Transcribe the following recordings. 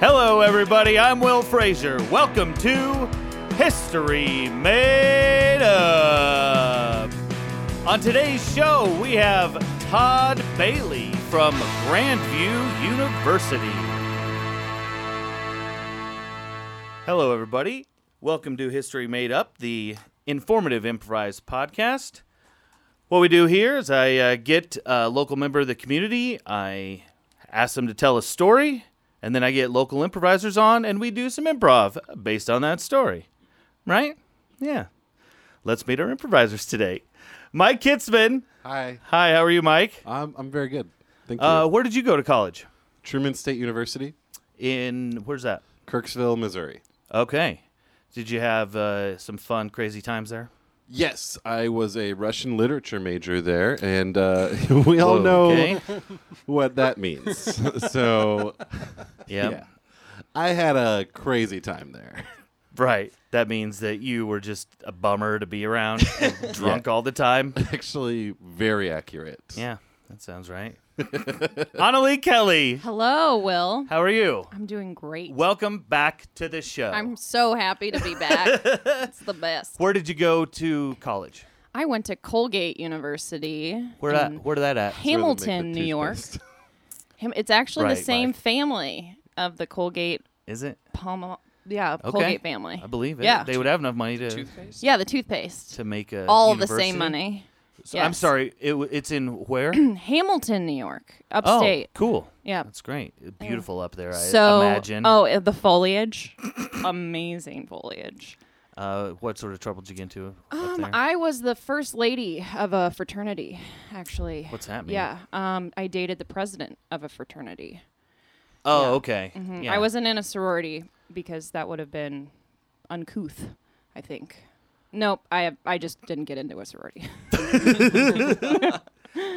Hello, everybody. I'm Will Fraser. Welcome to History Made Up. On today's show, we have Todd Bailey from Grandview University. Hello, everybody. Welcome to History Made Up, the informative improvised podcast. What we do here is I uh, get a local member of the community, I ask them to tell a story, and then I get local improvisers on, and we do some improv based on that story. Right? Yeah. Let's meet our improvisers today. Mike Kitzman. Hi. Hi, how are you, Mike? I'm, I'm very good. Thank you. Uh, where did you go to college? Truman State University, In, where's that? Kirksville, Missouri. Okay. Did you have uh, some fun, crazy times there? Yes, I was a Russian literature major there, and uh, we all know Okay. what that means. so, Yeah. yeah. I had a crazy time there. Right. That means that you were just a bummer to be around, and drunk all the time. Actually, very accurate. Yeah, that sounds right. Annalie Kelly, Hello, Will. how are you? I'm doing great. Welcome back to the show. I'm so happy to be back. it's the best. Where did you go to college? I went to Colgate University. Where that? in Where Where they that at? make the Um, Hamilton, New York. toothpaste. Ham- It's actually Right, the same Mike. family of the Colgate Is it? Palma. Yeah, Okay. Colgate family. I believe it. Yeah. They would have enough money to toothpaste? Yeah, the toothpaste. to make a All the university. same money. So- I'm Yes. sorry. It, w- it's in where? Hamilton, New York, oh, upstate. cool. Yeah. That's great. Beautiful up there. I so, imagine. oh, uh, the foliage, amazing foliage. Uh, what sort of trouble did you get into? up Um, there? I was the first lady of a fraternity, actually. What's that mean? Yeah, um, I dated the president of a fraternity. oh, yeah. Mm-hmm. okay. Yeah. I wasn't in a sorority because that would have been uncouth, I think. Nope, I I just didn't get into a sorority.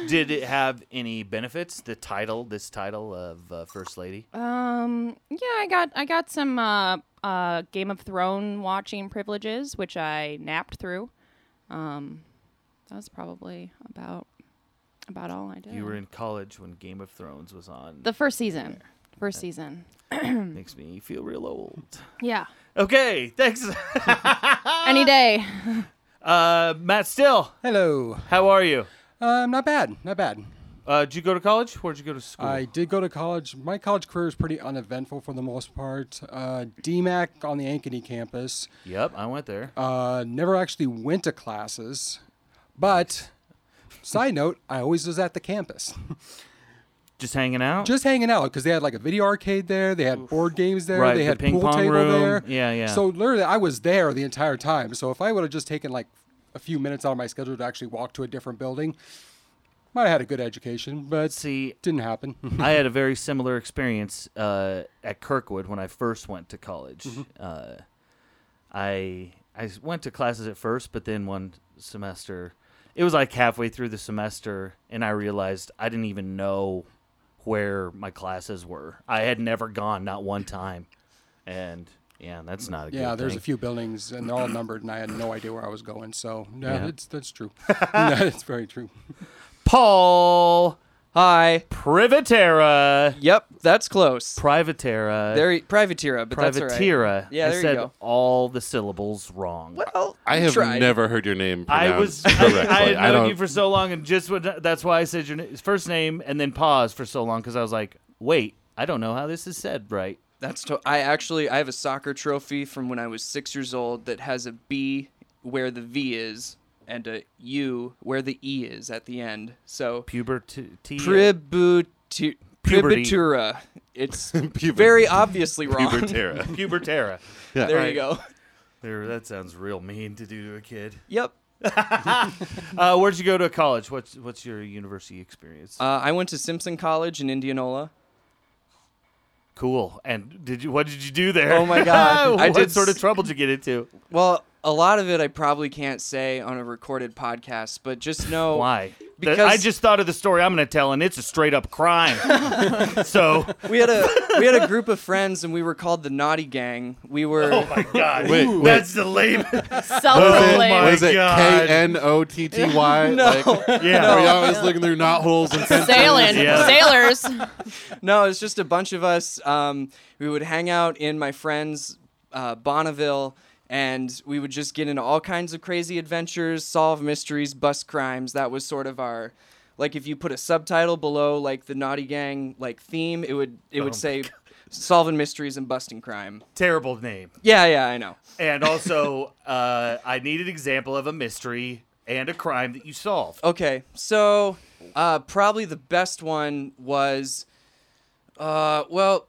Did it have any benefits? The title, this title of uh, first lady. Um, yeah, I got I got some uh, uh, Game of Throne watching privileges, which I napped through. Um, that was probably about about all I did. You were in college when Game of Thrones was on. the first season. First season. Makes me feel real old. Yeah. Okay, thanks. Any day. Uh, Matt Still, Hello. how are you? Um, not bad. Not bad. Uh, did you go to college? Where'd you go to school? I did go to college. My college career is pretty uneventful for the most part. Uh, DMAC on the Ankeny campus. yep, I went there. Uh, never actually went to classes, but side note, I always was at the campus, Just hanging out. just hanging out because they had like a video arcade there, they had board games there, Right, they the had ping pool pong table room. there. Yeah, yeah. So literally, I was there the entire time. So if I would have just taken like a few minutes out of my schedule to actually walk to a different building, might have had a good education, but See, didn't happen. I had a very similar experience uh, at Kirkwood when I first went to college. Mm-hmm. Uh, I I s- went to classes at first, but then one semester, it was like halfway through the semester, and I realized I didn't even know where my classes were. I had never gone, not one time, and yeah, that's not a Yeah, good there's thing. a few buildings and they're all numbered, and I had no idea where I was going. So no, Yeah. that's that's true. that's very true. Paul Hi. Privatera, Yep, that's close. Privatera, there, privateera, but that's all right. Privatera. Yeah, I there you said go. all the syllables wrong. Well, I have tried. never heard your name pronounced I was I, correctly. I had known don't. you for so long, and just when, that's why I said your na- first name and then pause for so long because I was like, wait, I don't know how this is said right. That's to- I actually I have a soccer trophy from when I was six years old that has a B where the V is and a U where the E is at the end. So Puberty. pributu- E. Puberty. pributura. It's very obviously wrong. Pubertera. Pubertera. Yeah. There Right. you go. There, that sounds real mean to do to a kid. Yep. Uh, where'd you go to college? What's what's your university experience? Uh, I went to Simpson College in Indianola. cool. And did you? What did you do there? Oh my God. I what did sort of s- trouble did you get into? Well, a lot of it I probably can't say on a recorded podcast, but just know Why? That- I Because- just thought of the story I'm going to tell, and it's a straight up crime. so, We had a we had a group of friends and we were called the Naughty Gang. We were oh my god, Wait, wait. that's the lame. Oh Was it, my was it God. K N O T T Y? Oh No. Like, Yeah. Are you always looking through knot holes and fences? Sailing, Yeah. sailors. no, it's just a bunch of us. Um, we would hang out in my friend's uh, Bonneville, and we would just get into all kinds of crazy adventures, solve mysteries, bust crimes. That was sort of our, like, if you put a subtitle below, like the Naughty Gang, like theme, it would it Oh would say. Solving mysteries and busting crime. Terrible name. Yeah, yeah, I know. And also, uh, I need an example of a mystery and a crime that you solved. Okay, so uh, probably the best one was, uh, well,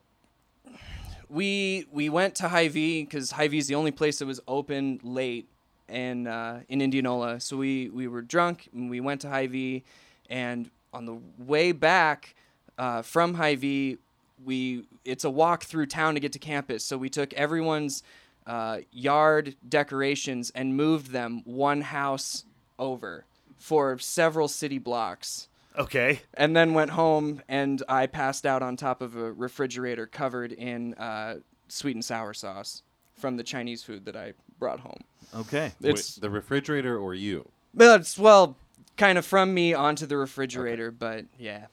we we went to Hy-Vee because Hy-Vee is the only place that was open late in uh, in Indianola. So we we were drunk and we went to Hy-Vee, and on the way back uh, from Hy-Vee, we it's a walk through town to get to campus. So we took everyone's uh, yard decorations and moved them one house over for several city blocks Okay. and then went home and I passed out on top of a refrigerator covered in uh, sweet and sour sauce from the Chinese food that I brought home. Okay. Wait, It's the refrigerator or you? well, it's well, kind of from me onto the refrigerator, but yeah,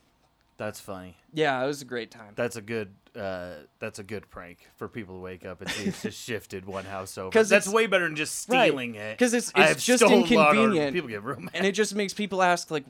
That's funny. yeah, it was a great time. That's a good. Uh, that's a good prank for people to wake up and see it's just shifted one house over. 'Cause that's it's- way better than just Right. stealing it. 'Cause it's- I it's have just stolen a lot, or inconvenient. People get real mad. and it just makes people ask like,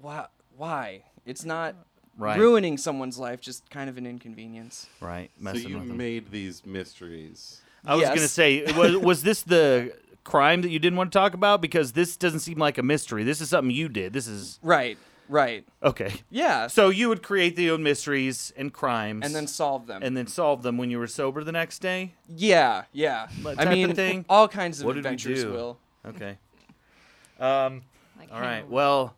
why? Why? It's not Right. ruining someone's life, just kind of an inconvenience. right. So Messing you with them. made these mysteries. I was Yes. gonna say, was, was this the crime that you didn't want to talk about? Because this doesn't seem like a mystery. This is something you did. This is Right. Right. okay. Yeah. So you would create the own mysteries and crimes, and then solve them. and then solve them when you were sober the next day. yeah, yeah. Like type I of mean, thing? all kinds of What did we adventures do? will. Okay. Um. All right. Well,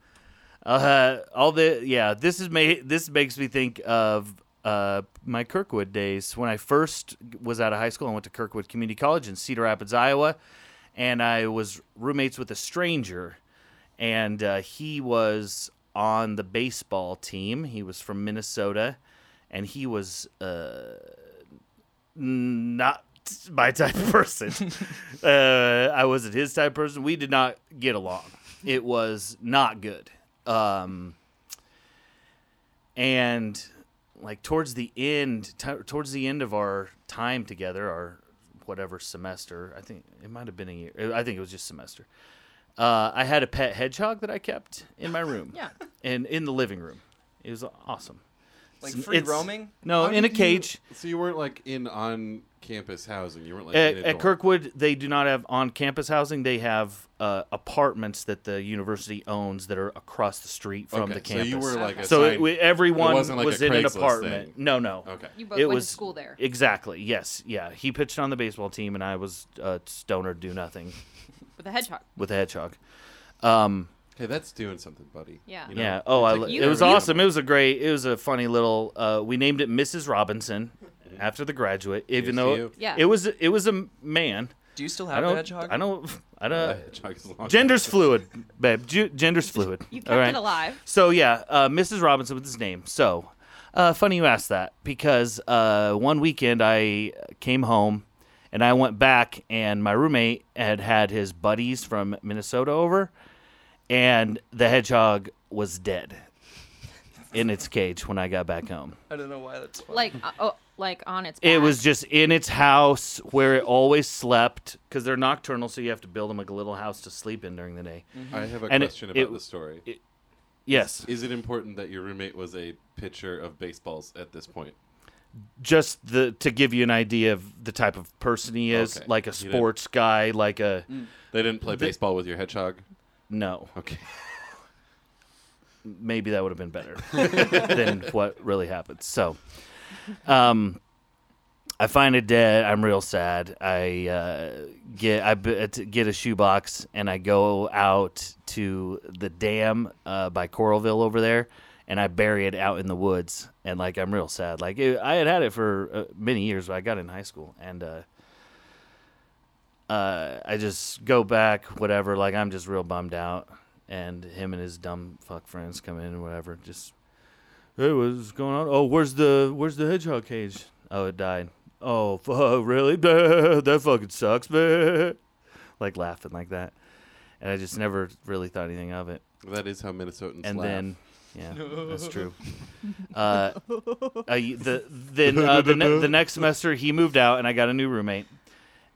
uh, all the yeah. This is ma- This makes me think of uh, my Kirkwood days when I first was out of high school. I went to Kirkwood Community College in Cedar Rapids, Iowa, and I was roommates with a stranger, and uh, he was on the baseball team. He was from Minnesota, and he was uh, not my type of person. uh, I wasn't his type of person. We did not get along. It was not good. Um, and like towards the end, t- towards the end of our time together, our whatever semester, I think it might have been a year. I think it was just semester. Uh, I had a pet hedgehog that I kept in my room. Yeah. And in the living room. It was awesome. Like It's- free it's- roaming? No, How in a did you- cage So you weren't like in on campus housing. You weren't like at, in a at dorm. Kirkwood, they do not have on-campus housing. They have uh, apartments that the university owns that are across the street from Okay, the campus. So you were like So assigned- it, we, everyone it wasn't like was a in an Craigslist apartment. thing. No, no. Okay. You both It went was- to school there. Exactly. Yes. Yeah. He pitched on the baseball team, and I was uh, stoner do nothing With a hedgehog. with a hedgehog. Um, Hey, that's doing something, buddy. Yeah. You know? yeah. Oh, I, It's lo- like it was you- awesome. It was a great. It was a funny little. Uh, we named it Mrs. Robinson after the graduate, even Mm-hmm. Here's though to you. Yeah. it was it was a man. Do you still I have the don't. hedgehog? I don't. I don't. Uh, Chuck is long. Gender's fluid, babe. Ju- gender's fluid. You kept All right. it alive. So yeah, uh, Mrs. Robinson with his name. So uh, funny you asked that because uh, one weekend I came home and I went back and my roommate had had his buddies from Minnesota over, and the hedgehog was dead in its cage when I got back home. I don't know why that's funny. Like, uh, oh, like on its. It back. was just in its house where it always slept because they're nocturnal, so you have to build them like a little house to sleep in during the day. I have a Mm-hmm. And it- question it- about the story. Yes. Is it important that your roommate was a pitcher of baseballs at this point? just the to give you an idea of the type of person he is, Okay. like a You didn't- Mm. sports guy, like a They didn't play baseball with your hedgehog. no. Okay. Maybe that would have been better than what really happened. So, um, I find it dead. I'm real sad. I uh, get I b- uh, t- get a shoebox and I go out to the dam uh, by Coralville over there, and I bury it out in the woods. And like I'm real sad. Like it, I had had it for uh, many years. But I got it in high school, and uh, uh, I just go back, whatever. Like I'm just real bummed out, and him and his dumb fuck friends come in and whatever. Just hey, what's going on? Oh, where's the where's the hedgehog cage? Oh, it died. Oh, fuck, really? that fucking sucks. like laughing like that, and I just never really thought anything of it. That is how Minnesotans And laugh. then. Yeah, that's true. Uh, uh, y- the then uh, the, ne- the next semester he moved out and I got a new roommate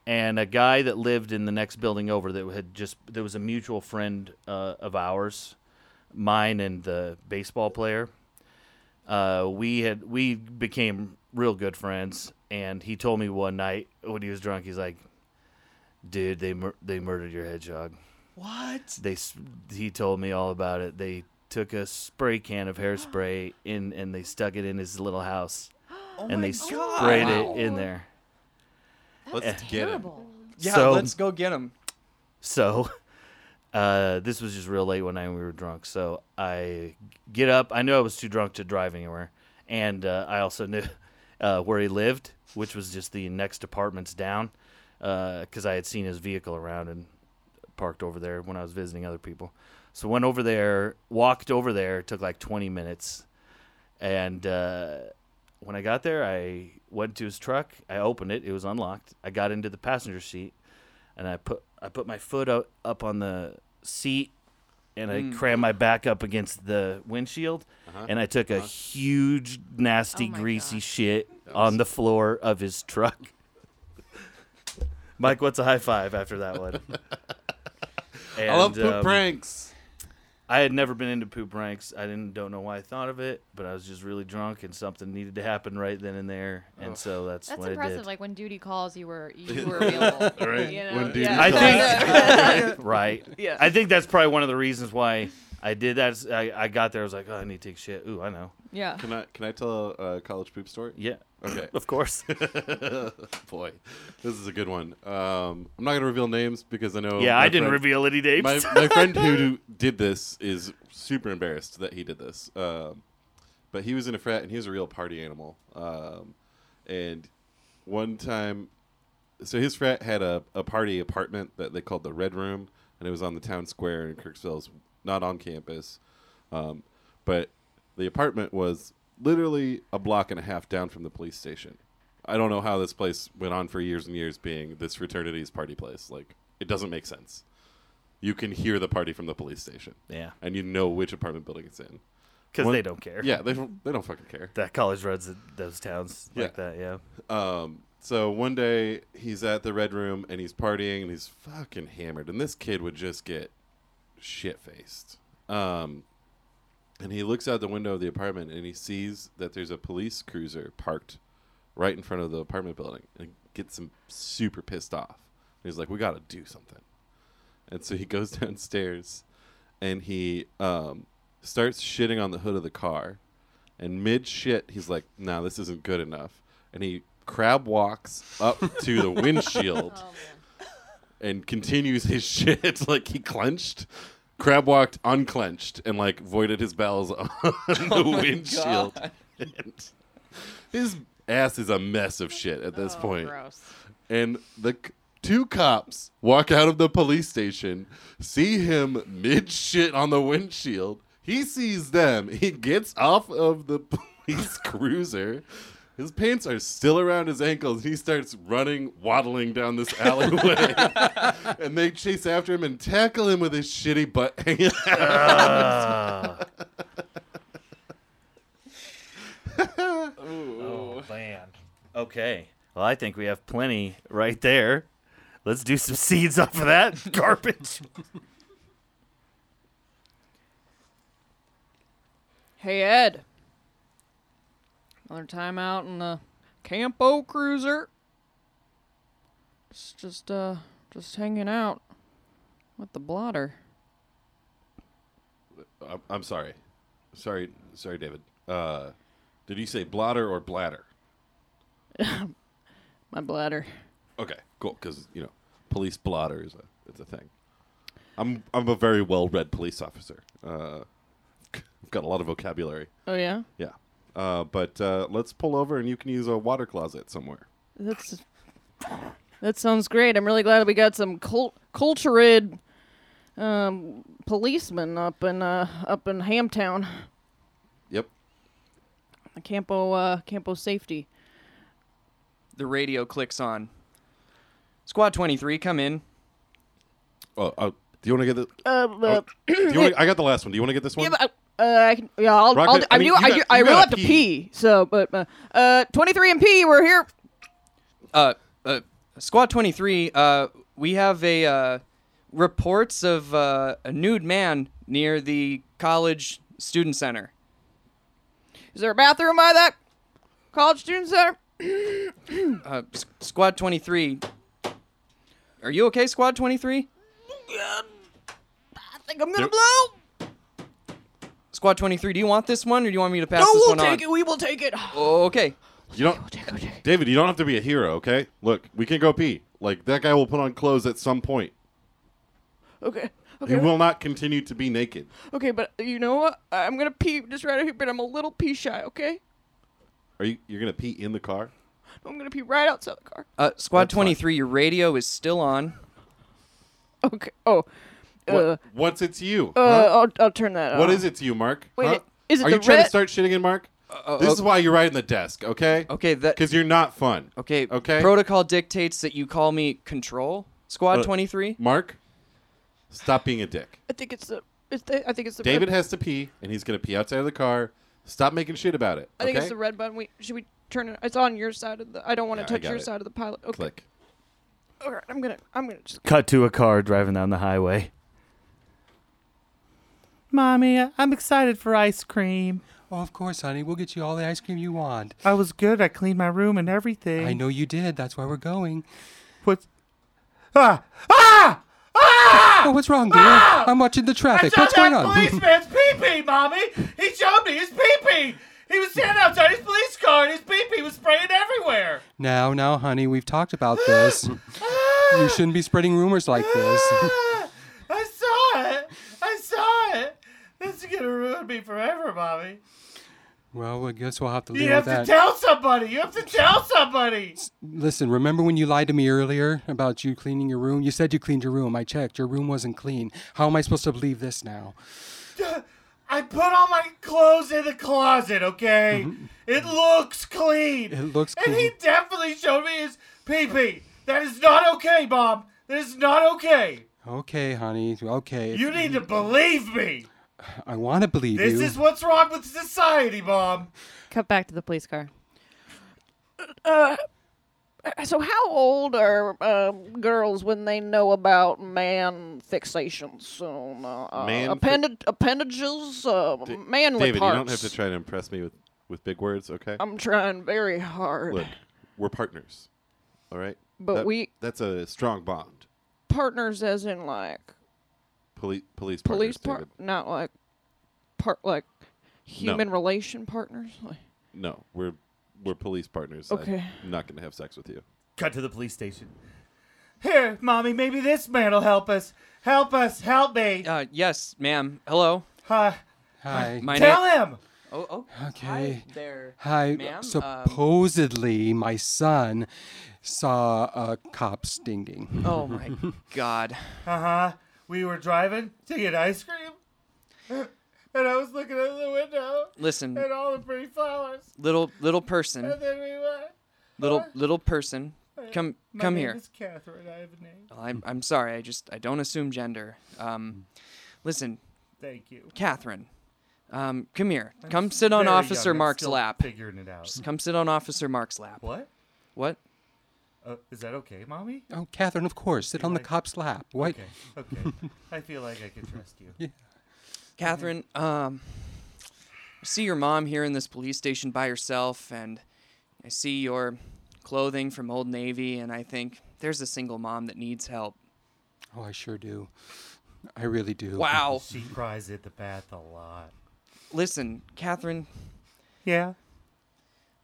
and a guy that lived in the next building over that had just there was a mutual friend uh, of ours, mine and the baseball player. Uh, we had we became real good friends, and he told me one night when he was drunk, he's like, "Dude, they mur- they murdered your hedgehog." What? They s- he told me all about it. They took a spray can of hairspray in and they stuck it in his little house, Oh and my they God. sprayed it in there. Eh. Let's get it. Terrible. Yeah, So- let's go get him. So uh, this was just real late one night and we were drunk. So I get up. I knew I was too drunk to drive anywhere. And uh, I also knew uh, where he lived, which was just the next apartments down, because I had seen his vehicle around and parked over there when I was visiting other people. So went over there, walked over there. It took like 20 minutes. And uh, when I got there, I went to his truck. I opened it. It was unlocked. I got into the passenger seat and I put I put my foot up, up on the seat and Mm. I crammed my back up against the windshield Uh-huh. and I took a huge nasty Oh my greasy gosh. shit on the floor of his truck. Mike, what's a high five after that one? I love And, poop um, pranks. I had never been into poop ranks. I didn't don't know why I thought of it, but I was just really drunk and something needed to happen right then and there, and so that's, That's what impressive. I Like when duty calls, you were you were available. Right. You know? When duty yeah. did. calls. I think right. Yeah. I think that's probably one of the reasons why I did that. is I, I got there. I was like, oh, I need to take shit. Ooh, I know. yeah. Can I can I tell a college poop story? Yeah, Okay. of course. Boy, this is a good one. Um, I'm not gonna reveal names because I know. yeah, my I didn't friend- reveal any names. My, my friend who did this is super embarrassed that he did this. Um, but he was in a frat and he was a real party animal. Um, and one time, so his frat had a, a party apartment that they called the Red Room, and it was on the town square in Kirksville's, not on campus. Um, but the apartment was literally a block and a half down from the police station. I don't know how this place went on for years and years being this fraternity's party place. Like, it doesn't make sense. You can hear the party from the police station. yeah, And you know which apartment building it's in. because One- they don't care. Yeah, they, don't- they don't fucking care. that college runs th- those towns like Yeah. that. Yeah, Um, so one day he's at the red room and he's partying and he's fucking hammered. And this kid would just get shit faced. Um, and he looks out the window of the apartment and he sees that there's a police cruiser parked right in front of the apartment building and gets him super pissed off. And he's like, we got to do something. And so he goes downstairs and he um, starts shitting on the hood of the car. And mid shit, he's like, nah, this isn't good enough. And he crab walks up to the windshield Oh, man. and continues his shit. like he clenched, crab walked, unclenched, and like voided his bells on the windshield. And his ass is a mess of shit at this Oh, point Gross. and the c- two cops walk out of the police station, see him mid shit on the windshield. He sees them. He gets off of the police cruiser. His pants are still around his ankles. He starts running, waddling down this alleyway. and they chase after him and tackle him with his shitty butt hanging out. oh man. Okay. Well, I think we have plenty right there. Let's do some seeds off of that garbage. Hey Ed. Another time out in the Campo Cruiser. It's just uh just hanging out with the blotter. I'm, I'm sorry. Sorry, sorry, David. Uh, did you say blotter or bladder? My bladder. Okay, cool. Because you know, police blotter is a it's a thing. I'm I'm a very well read police officer. Uh, I've got a lot of vocabulary. Oh yeah? Yeah. Uh, but uh, let's pull over and you can use a water closet somewhere. That's that sounds great. I'm really glad we got some cult cultured um, policeman up in uh, up in Hamtown, Yep. Campo uh, Campo Safety. The radio clicks on. Squad 23, come in. Oh, uh, do you want to get the? Uh, uh, Oh, do you wanna, I got the last one. Do you want to get this one? yeah, but, uh, I can, yeah, I'll, Rocket, I'll, I, I do. mean, you I, got- do, I you will gotta have to pee. pee. So, but uh, uh, twenty three and P, we're here. Uh, uh, Squad 23, uh, we have a uh, reports of uh, a nude man near the college student center. Is there a bathroom by that college student center? Uh, S- Squad 23, are you okay, Squad 23? I think I'm gonna Yep. blow. Squad 23, do you want this one or do you want me to pass no, this we'll one take on? it. We will take it. Okay. You don't, David. You don't have to be a hero. Okay. Look, we can go pee. Like that guy will put on clothes at some point. Okay. He Okay. will not continue to be naked. Okay, but you know what? I'm gonna pee just right out here, but I'm a little pee shy. Okay. Are you? You're gonna pee in the car? I'm gonna pee right outside the car. Uh, Squad That's fine. 23, your radio is still on. Okay. Oh. What, Uh, what's it to you? uh, huh? I'll, I'll turn that off. What is it to you, Mark? Wait, Huh? is it Are the you trying red- to start shitting in Mark? this is why you're right in the desk, okay? Uh, Okay, that Because you're not fun. okay. Okay. Protocol dictates that you call me Control Squad Uh, 23. Mark, stop being a dick. I think it's the. It's the I think it's the. David Red, has to pee, and he's gonna pee outside of the car. Stop making shit about it. I think okay? it's the red button. We should we turn it? It's on your side of the. I don't want Yeah, I to touch got your it. side of the pilot. Okay. click. All right. I'm gonna. I'm gonna just. Cut to a car driving down the highway. Mommy, I- I'm excited for ice cream. Oh, of course, honey. We'll get you all the ice cream you want. I was good. I cleaned my room and everything. I know you did. That's why we're going. What's ah ah ah? Oh, what's wrong, dear? I'm watching the traffic. What's going on? policeman's pee pee, mommy. He showed me his pee pee. He was standing outside his police car, and his pee pee was spraying everywhere. now, now, honey, we've talked about this. Ah! you shouldn't be spreading rumors like this. I saw it. I saw it. This is gonna ruin me forever, mommy. well, I guess we'll have to You leave have with that. to tell somebody. You have to tell somebody. Listen, remember when you lied to me earlier about you cleaning your room? You said you cleaned your room. I checked. Your room wasn't clean. How am I supposed to believe this now? I put all my clothes in the closet. Okay, it looks clean. Mm-hmm. It looks And he clean. definitely showed me his pee pee. That is not okay, mom. That is not okay. Okay, honey. Okay. You need to believe me. I want to believe This you. is what's wrong with society, mom. Cut back to the police car. uh, So how old are um, girls when they know about man fixations, on, uh, uh, Man fi- appendage, appendages, uh, manly David, parts? you don't have to try to impress me with, with big words, okay? I'm trying very hard. Look, we're partners. All right? But That- we- That's a strong bond. Partners, as in like Police police police partners, part, David. not like part like human relation partners. Like, No, we're we're police partners. Okay. I'm not going to have sex with you. Cut to the police station. Here, mommy, maybe this man'll help us. Help us, help me. Uh, yes, ma'am. Hello. Uh, Hi. My tell name. him. Oh, oh. Okay. Hi there. Hi. ma'am. Um, Supposedly, my son saw a cop stinging. oh my God. Uh huh. We were driving to get ice cream, and I was looking out the window Listen, at all the pretty flowers, little little person, and then we went. little little person, come My come name here. is Catherine. I have a name. Well, I'm I'm sorry. I just I don't assume gender. Hmm. Um, listen, Thank you. Catherine, um, come here. Come sit on Very Officer young, I'm Mark's still lap. Figuring it out. Just come sit on Officer Mark's lap. What? What? Uh, is that okay, mommy? Oh, Catherine, of course. Sit on the like- cop's lap. What? Okay. Okay. I feel like I can trust you. Catherine, um, I see your mom here in this police station by herself, and I see your clothing from Old Navy, and I think there's a single mom that needs help. Oh, I sure do. I really do. Wow. She cries at the bath a lot. Listen, Catherine, Yeah.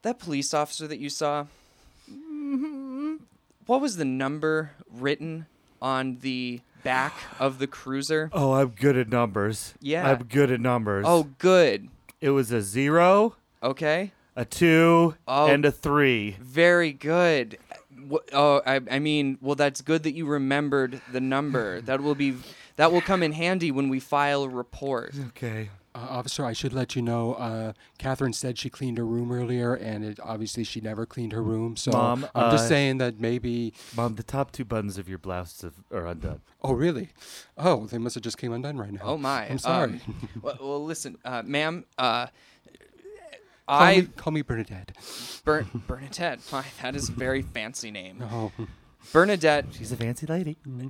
that police officer that you saw, Mm-hmm. what was the number written on the back of the cruiser? Oh, I'm good at numbers. Yeah. I'm good at numbers. Oh, good. it was a zero, Okay. a two, Oh. and a three. Very good. Wh- Oh, I, I mean, well, that's good that you remembered the number. That will be That will come in handy when we file a report. Okay. Uh, officer, I should let you know. Uh, Catherine said she cleaned her room earlier, and it, obviously she never cleaned her room. So Mom, I'm uh, just saying that maybe. Mom, the top two buttons of your blouse are undone. Oh, really? Oh, they must have just came undone right now. Oh my! I'm sorry. Um, well, well, listen, uh, ma'am. Uh, call, me, I call me Bernadette. Bern- Bernadette. Fine, that is a very fancy name. Oh, Bernadette. She's a fancy lady. Mm-hmm.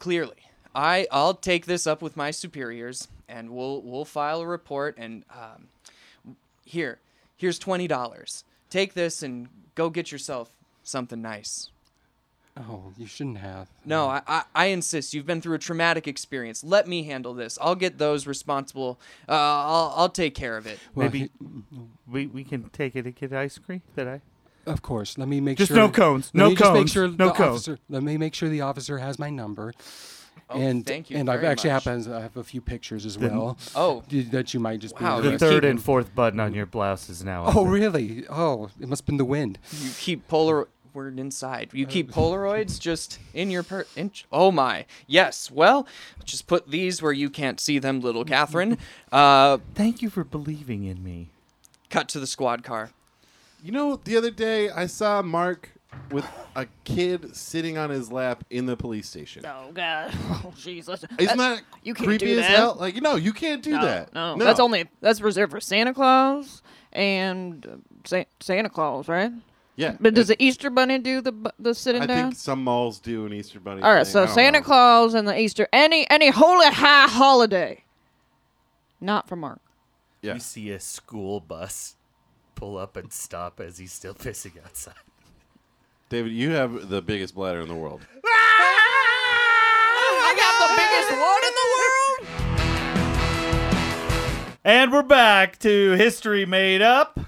Clearly, I I'll take this up with my superiors, and we'll we'll file a report. And um, here, here's twenty dollars. Take this and go get yourself something nice. oh, you shouldn't have. No, I, I, I insist. You've been through a traumatic experience. Let me handle this. I'll get those responsible. Uh, I'll, I'll take care of it. Well, Maybe we, we can take it and get ice cream that I. Of course. Let me make Just sure. no cones, let no me just make cones, sure no the cones. Officer, let me make sure the officer has my number. Oh, and thank you and I've very actually much. happens I have a few pictures as The- well. Oh. d- that you might just Wow, be. you The interested- third keep- and fourth button on your blouse is now. Oh undone. really? Oh, it must have been the wind. Uh, You keep Polaroid inside. You keep Polaroids just in your per. In- oh my. Yes. Well, just put these where you can't see them, little Catherine. Uh, Thank you for believing in me. cut to the squad car. You know, the other day I saw Mark with a kid sitting on his lap in the police station. Oh God! Oh Jesus! Isn't that you can't creepy do as that. hell? Like, no, you can't do no, that. No. that's only that's reserved for Santa Claus and uh, Sa- Santa Claus, right? yeah. But does it? the Easter Bunny do the bu- the sitting I down? think some malls do an Easter bunny. All right, thing. so I don't Santa know. Claus and the Easter, any any holy high holiday, not for Mark. Yeah. You see a school bus pull up and stop as he's still pissing outside. David, you have the biggest bladder in the world. I got the biggest one in the world. And we're back to History Made Up.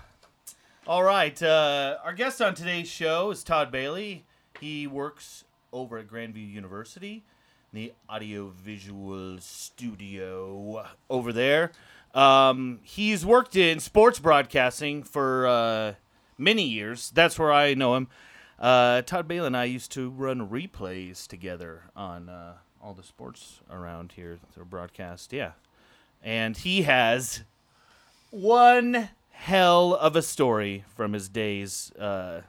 All right. Uh, our guest on today's show is Todd Bailey. He works over at Grandview University, in the audiovisual studio over there. Um, he's worked in sports broadcasting for uh, many years. That's where I know him. Uh, Todd Bailey and I used to run replays together on uh, all the sports around here. They're broadcast. Yeah and he has one hell of a story from his days uh,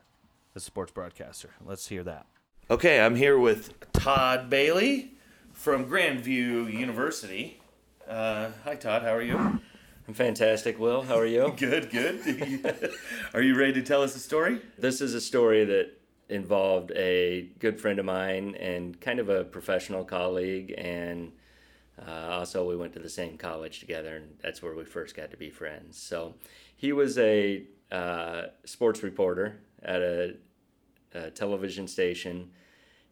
as a sports broadcaster. Let's hear that. Okay, I'm here with Todd Bailey from Grandview University. Uh, hi, Todd. How are you? I'm fantastic, Will. How are you? Good, good. are you ready to tell us a story? this is a story that involved a good friend of mine and kind of a professional colleague and uh, also we went to the same college together and that's where we first got to be friends so he was a uh, sports reporter at a, a television station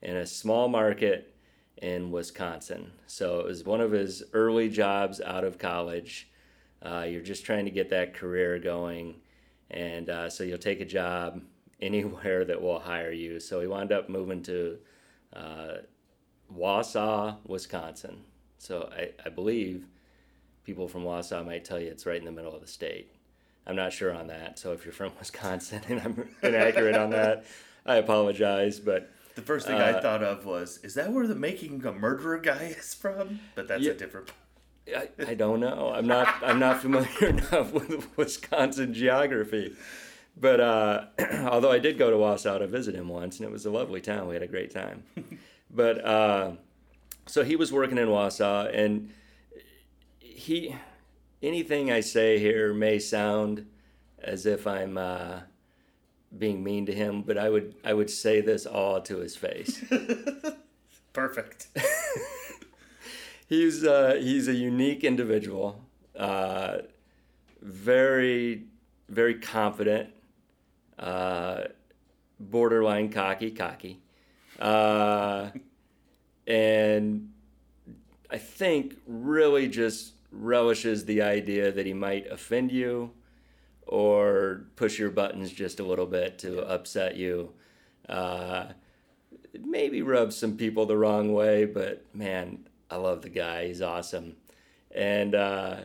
in a small market in wisconsin so it was one of his early jobs out of college uh, you're just trying to get that career going and uh, so you'll take a job anywhere that will hire you. So he wound up moving to uh, Wausau, Wisconsin. So I, I believe people from Wausau might tell you it's right in the middle of the state. I'm not sure on that. So if you're from Wisconsin and I'm inaccurate on that, I apologize. But uh, The first thing I thought of was, is that where the making a murderer guy is from? But that's Yeah. a different. I, I don't know. I'm not I'm not familiar enough with Wisconsin geography. But uh, although I did go to Wausau to visit him once, and it was a lovely town, we had a great time. but uh, so he was working in Wausau, and he anything I say here may sound as if I'm uh, being mean to him, but I would I would say this all to his face. Perfect. he's uh, he's a unique individual. Uh, very very confident. Uh, borderline cocky, cocky, uh, and I think really just relishes the idea that he might offend you or push your buttons just a little bit to upset you. Uh, maybe rubs some people the wrong way, but man, I love the guy. He's awesome. And uh,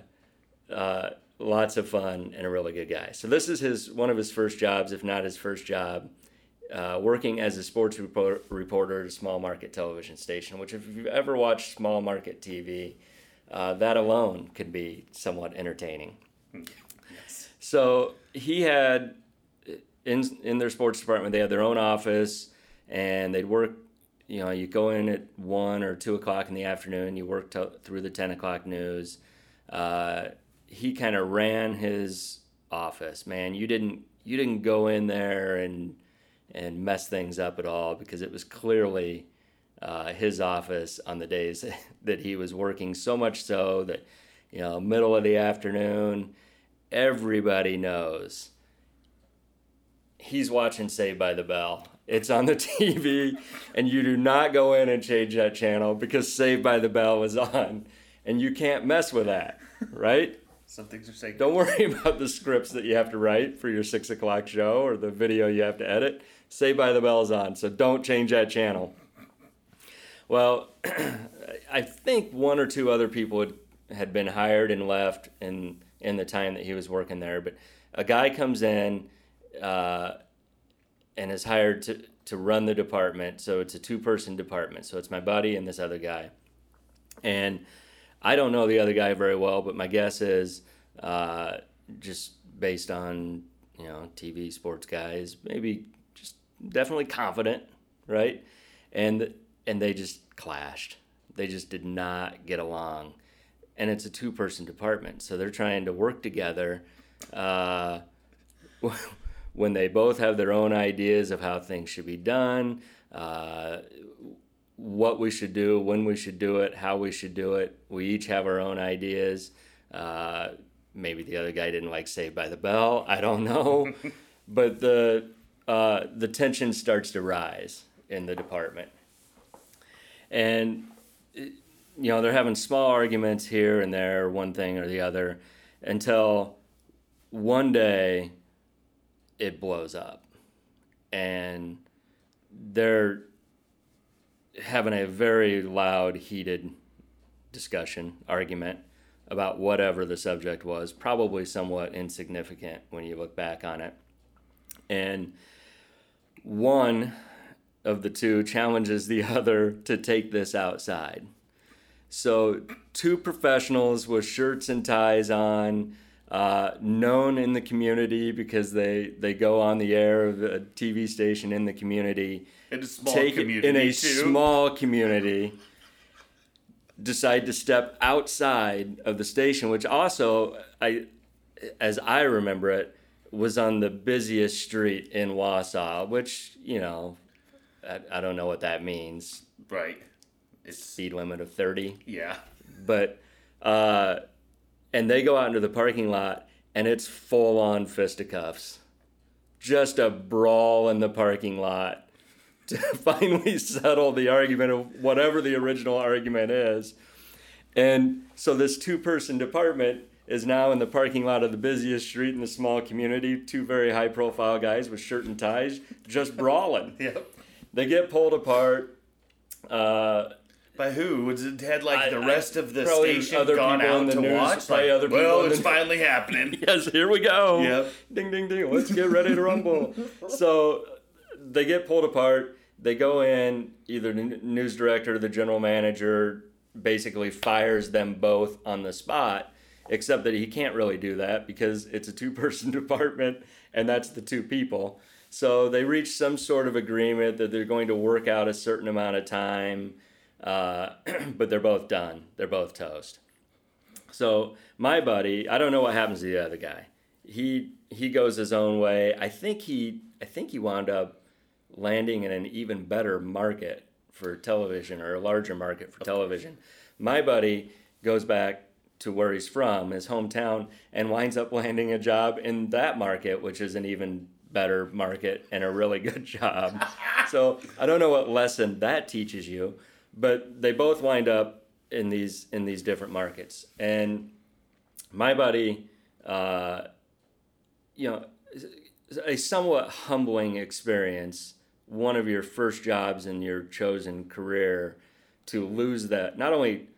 uh, lots of fun and a really good guy. So this is his one of his first jobs, if not his first job, uh, working as a sports repor- reporter at a small market television station, which, if you've ever watched small market TV, uh, that alone can be somewhat entertaining. So he had in in their sports department, they had their own office, and they'd work. You know, you go in at one or two o'clock in the afternoon. You work till through the ten o'clock news. Uh, he kind of ran his office. Man, you didn't you didn't go in there and and mess things up at all because it was clearly uh, his office on the days that he was working. So much so that you know, middle of the afternoon, everybody knows he's watching Saved by the Bell. It's on the TV, and you do not go in and change that channel because Saved by the Bell is on, and you can't mess with that, right? Some things are sacred. Don't worry about the scripts that you have to write for your six o'clock show or the video you have to edit. Saved by the Bell is on, so don't change that channel. Well, I think one or two other people had, had been hired and left in in the time that he was working there. But a guy comes in uh, and is hired to to run the department. So it's a two person department. So it's my buddy and this other guy. And I don't know the other guy very well, but my guess is uh, just based on you know TV sports guys, maybe just definitely confident, right? And and they just clashed. They just did not get along, and it's a two person department, so they're trying to work together. Uh, when they both have their own ideas of how things should be done, uh, what we should do, when we should do it, how we should do it. We each have our own ideas. Uh, maybe the other guy didn't like Saved by the Bell. I don't know, but the uh, the tension starts to rise in the department, and it- you know they're having small arguments here and there, one thing or the other, until one day it blows up, and they're having a very loud, heated discussion, argument about whatever the subject was, probably somewhat insignificant when you look back on it. And one of the two challenges the other to take this outside. So, two professionals with shirts and ties on, uh, known in the community because they, they go on the air of a TV station in the community In a small take it community in too. a small community decide to step outside of the station which also i as i remember it was on the busiest street in wausau which you know i, I don't know what that means right. It's speed limit of 30 yeah. but uh, and they go out into the parking lot and it's full on fisticuffs just a brawl in the parking lot to finally settle the argument of whatever the original argument is and so this two person department is now in the parking lot of the busiest street in the small community two very high profile guys with shirt and ties just brawling Yep. they get pulled apart uh, By who? Was it had like I- the I- rest of the probably station other gone people in out to the news, watch? probably Like, other people well, in the it's news." finally happening. yes, here we go. Yep. Ding, ding, ding. Let's get ready to rumble. so they get pulled apart. They go in, either the n- news director or the general manager basically fires them both on the spot, except that he can't really do that because it's a two person department and that's the two people. So they reach some sort of agreement that they're going to work out a certain amount of time, uh, but they're both done. They're both toast. So my buddy, I don't know what happens to the other guy. He he goes his own way. I think he I think he wound up landing in an even better market for television or a larger market for television. My buddy goes back to where he's from, his hometown, and winds up landing a job in that market, which is an even better market and a really good job. so I don't know what lesson that teaches you, but they both wind up in these in these different markets. And my buddy, uh, you know, a somewhat humbling experience. One of your first jobs in your chosen career, to lose that not only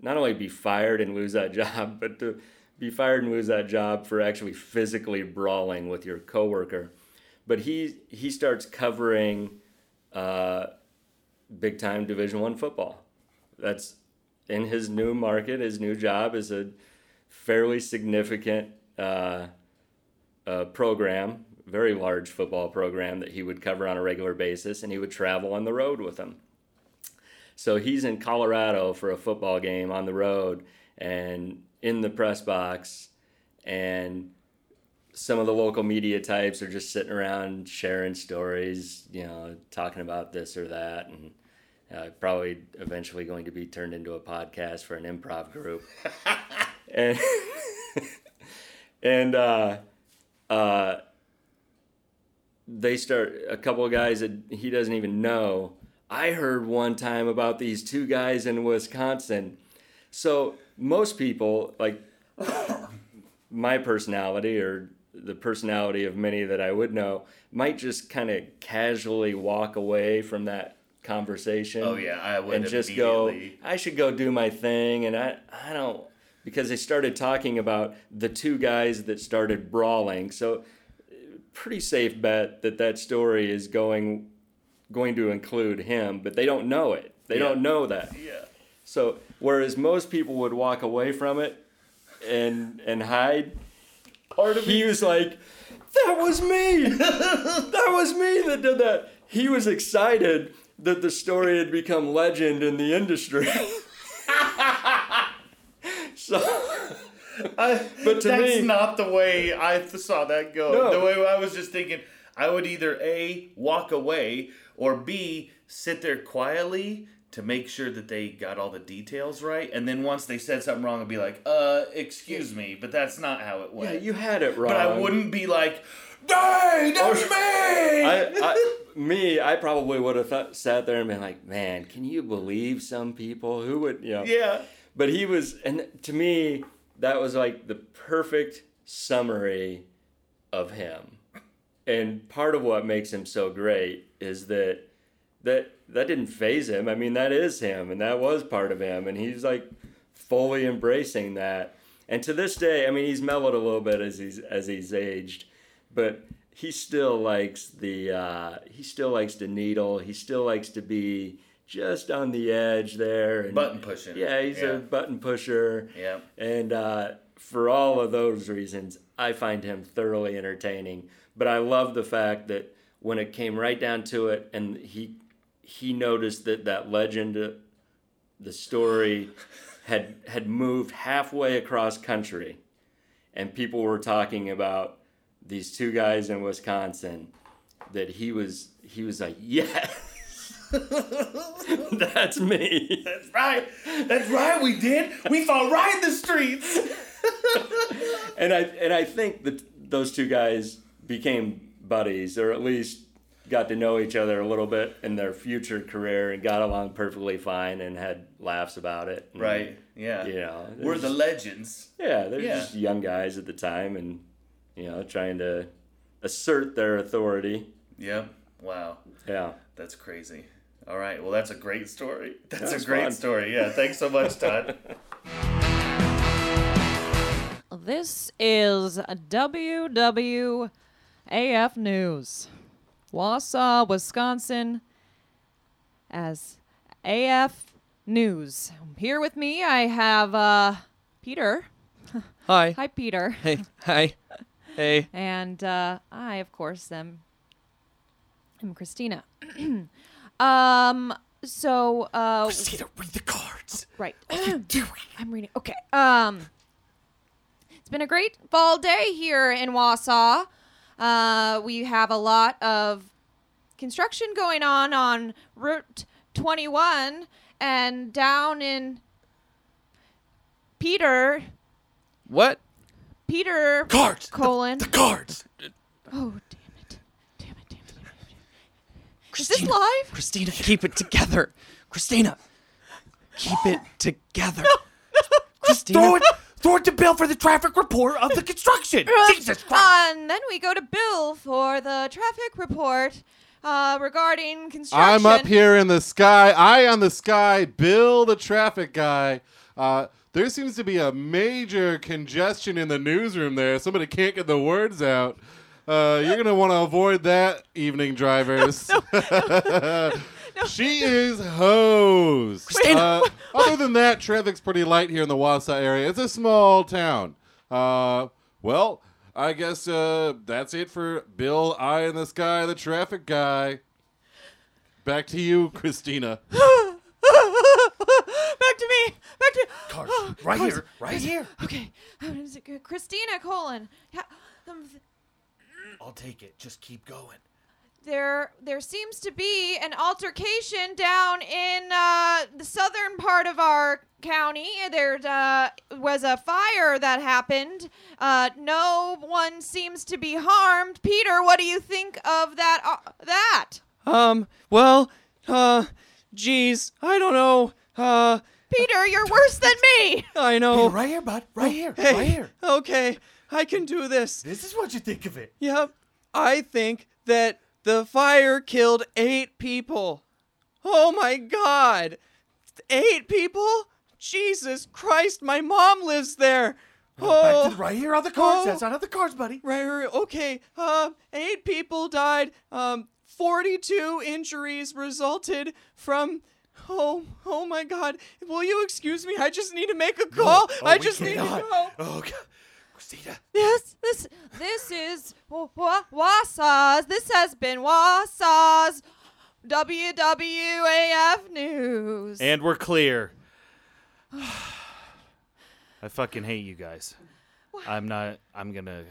not only be fired and lose that job, but to be fired and lose that job for actually physically brawling with your coworker. but he he starts covering uh, big time Division One football. That's in his new market. His new job is a fairly significant uh, uh, program, very large football program that he would cover on a regular basis, and he would travel on the road with them. So he's in Colorado for a football game on the road and in the press box, and some of the local media types are just sitting around sharing stories, you know, talking about this or that, and uh, probably eventually going to be turned into a podcast for an improv group. and and uh, uh, they start a couple of guys that he doesn't even know. I heard one time about these two guys in Wisconsin. So most people like my personality or the personality of many that I would know might just kind of casually walk away from that conversation. Oh, yeah, I would and just go. immediately. I should go do my thing, and I I don't because they started talking about the two guys that started brawling. So pretty safe bet that that story is going going to include him, but they don't know it. They don't know that. Yeah. So whereas most people would walk away from it and and hide, part of he was like, "That was me. that was me that did that." He was excited that the story had become legend in the industry. so, I, But to that's me- not the way I th- saw that go. No. The way I was just thinking, I would either a walk away or b sit there quietly to make sure that they got all the details right, and then once they said something wrong, I'd be like, "Uh, excuse me, but that's not how it yeah, went." you had it wrong. but I wouldn't be like, "Hey, that's Oh, Or- me!" I, I, me, I probably would have th- sat there and been like, "Man, can you believe some people who would?" You know. yeah. But he was, and to me, that was like the perfect summary of him. And part of what makes him so great is that that that didn't phase him. I mean, that is him, and that was part of him, and he's like fully embracing that. And to this day, I mean, he's mellowed a little bit as he's as he's aged, but he still likes the uh, he still likes to needle. He still likes to be just on the edge there. And Button pushing. Yeah, he's Yeah. a button pusher. Yeah. And uh, for all of those reasons, I find him thoroughly entertaining. But I love the fact that when it came right down to it, and he he noticed that that legend, uh, the story, had had moved halfway across country, and people were talking about these two guys in Wisconsin. That he was he was like yes, that's me. That's right. That's right. We did. We fought right in the streets. and I and I think that those two guys became buddies, or at least got to know each other a little bit in their future career, and got along perfectly fine, and had laughs about it. And, Right. Yeah. You know, We're the there's- legends. yeah, they're yeah. just young guys at the time, and you know, trying to assert their authority. Yep. Wow. Yeah. That's crazy. All right. Well, that's a great story. That's That's a great fun. story. Yeah. Thanks so much, Todd. This is WWAF News. Wausau, Wisconsin, as AF News. Here with me, I have uh, Peter. Hi. Hi, Peter. Hey. Hi. Hey. And uh, I, of course, am, am Christina. um, so. Uh, read the cards. Right. I'm reading. Okay. Um, it's been a great fall day here in Wausau. Uh, we have a lot of construction going on on Route 21 and down in Peter. What? Peter. Cards. Colon. Cards. Oh, damn it. Damn it, damn it, damn it. Damn it. Is this live? Christina, keep it together. Christina, keep it together. Christina, throw it throw it to Bill for the traffic report of the construction. Jesus Christ. And then we go to Bill for the traffic report uh, regarding construction. I'm up here in the sky, eye on the sky, Bill the traffic guy. Uh, there seems to be a major congestion in the newsroom there. Somebody can't get the words out. Uh, you're gonna want to avoid that, evening drivers. she is hosed. Uh, other than that, traffic's pretty light here in the Wausau area. It's a small town. Uh, well, I guess uh, that's it for Bill Eye in the Sky, the traffic guy. Back to you, Christina. Back to me. Back to Cars, Oh, right cars, here, right cars. here. Okay. How does it go? Christina Colon. Ha- um, I'll take it. Just keep going. There, there seems to be an altercation down in uh, the southern part of our county. There uh, was a fire that happened. Uh, no one seems to be harmed. Peter, what do you think of that? Uh, that. Um, well, uh, geez, I don't know. Uh, Peter, you're worse than me. I know. Oh, Peter, right here, bud. Right here. Hey, Right here. Okay, I can do this. This is what you think of it. Yep. I think that the fire killed eight people. Oh my god. Eight people? Jesus Christ, my mom lives there. Oh. Back to the, right here on the cars. Oh. That's not on the cars, buddy. Right, right, right. Okay. Um, eight people died. Um, forty-two injuries resulted from. Oh, oh my God! Will you excuse me? I just need to make a call. Oh, I we just need to cannot. go. Oh, God. Christina. Yes, this this is wa- wa- Wausau's. This has been Wausau's WWAF news. And we're clear. I fucking hate you guys. I'm not. I'm gonna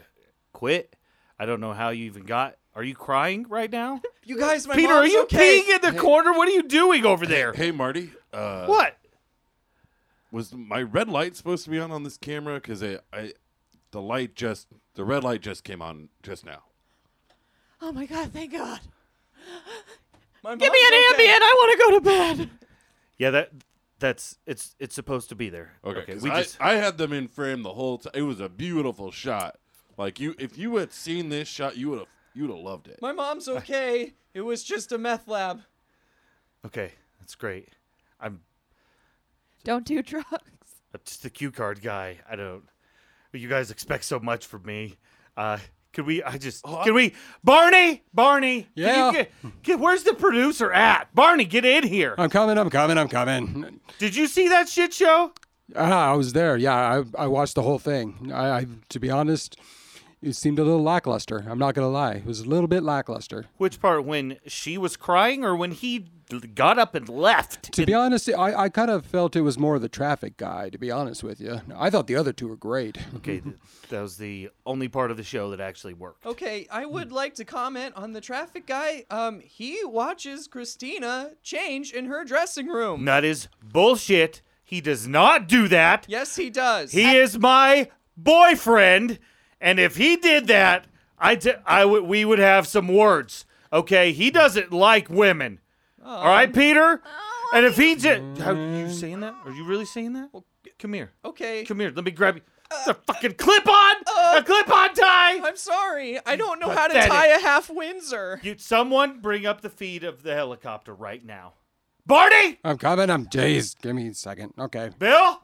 quit. I don't know how you even got. Are you crying right now, You guys, my Peter? Are mom's you okay. peeing in the corner? What are you doing over there? Hey, Marty. Uh, What? was my red light supposed to be on on this camera? Because I, I, the light just the red light just came on just now. oh my God! Thank God. My Give me an mom's okay. Ambien. I want to go to bed. Yeah, that that's it's it's supposed to be there. Okay, 'cause we I, just I had them in frame the whole time. It was a beautiful shot. Like you, if you had seen this shot, you would have you would have loved it. My mom's okay. It was just a meth lab. okay. That's great. I'm Don't do drugs. I'm just the cue card guy. I don't. You guys expect so much from me. Uh, could we? I just. Oh, can we? Barney, Barney. Yeah. Can you get, get, where's the producer at? Barney, get in here. I'm coming. I'm coming. I'm coming. Did you see that shit show? Ah, I was there. Yeah, I, I watched the whole thing. I, I, to be honest, it seemed a little lackluster. I'm not gonna lie. It was a little bit lackluster. Which part? When she was crying, or when he l- got up and left? To be honest, I, I kind of felt it was more of the traffic guy. To be honest with you, I thought the other two were great. okay, th- that was the only part of the show that actually worked. Okay, I Hmm. would like to comment on the traffic guy. Um, he watches Christina change in her dressing room. That is bullshit. He does not do that. Yes, he does. He is my boyfriend, and if he did that, I d- I would we would have some words. Okay, he doesn't like women. All right, Peter. and if he did, how you saying that? Are you really saying that? Come here. okay. Uh, Come here. Let me grab you. It's a fucking clip on. a clip on tie. I'm sorry. I don't know how to Pathetic. tie a half Windsor. You someone bring up the feed of the helicopter right now. Barney, I'm coming. I'm dazed. Give me a second. Okay, Bill,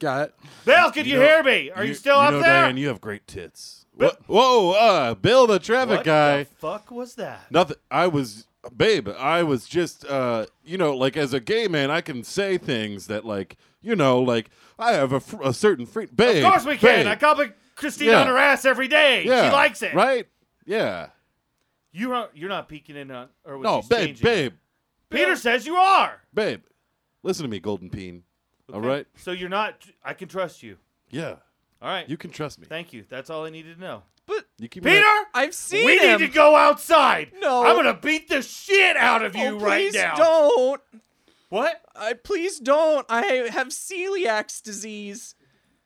got it. Bill, can you, know- hear me? Are you, still up know, there? Diane, you have great tits. What? Whoa, uh, Bill, the traffic what guy. the fuck was that? Nothing. I was, babe. I was just, uh, you know, like as a gay man, I can say things that, like, you know, like I have a, fr- a certain free. Babe, Of course we can. babe. I gobble Christina Yeah. on her ass every day. Yeah, She likes it. right? Yeah. You're not, you're not peeking in on or was No, she babe, changing? babe, Peter says you are. babe. Listen to me, Golden Peen. All Okay? right. So you're not. I can trust you. Yeah. All right. You can trust me. Thank you. That's all I needed to know. But you keep Peter, I've seen we him. need to go outside. No. I'm gonna beat the shit out of Oh, you right please now. don't. What? I please don't. I have celiac disease.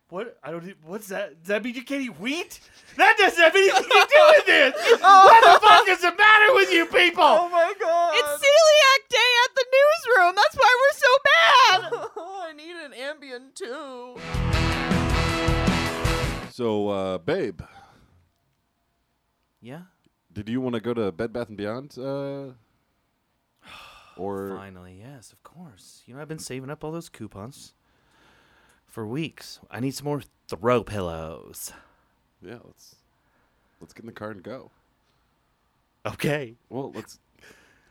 What? I don't. e- What's that? Does that mean you can't eat wheat? That doesn't have anything to do with this. Oh. What the fuck is the matter with you people? Oh my god. It's celiac day at the newsroom. That's why we're so bad. I need an Ambien too. So, uh, babe, yeah. did you want to go to Bed Bath and Beyond? Uh, or Finally, yes, of course. You know, I've been saving up all those coupons for weeks. I need some more throw pillows. yeah, let's let's get in the car and go. Okay. Well, let's.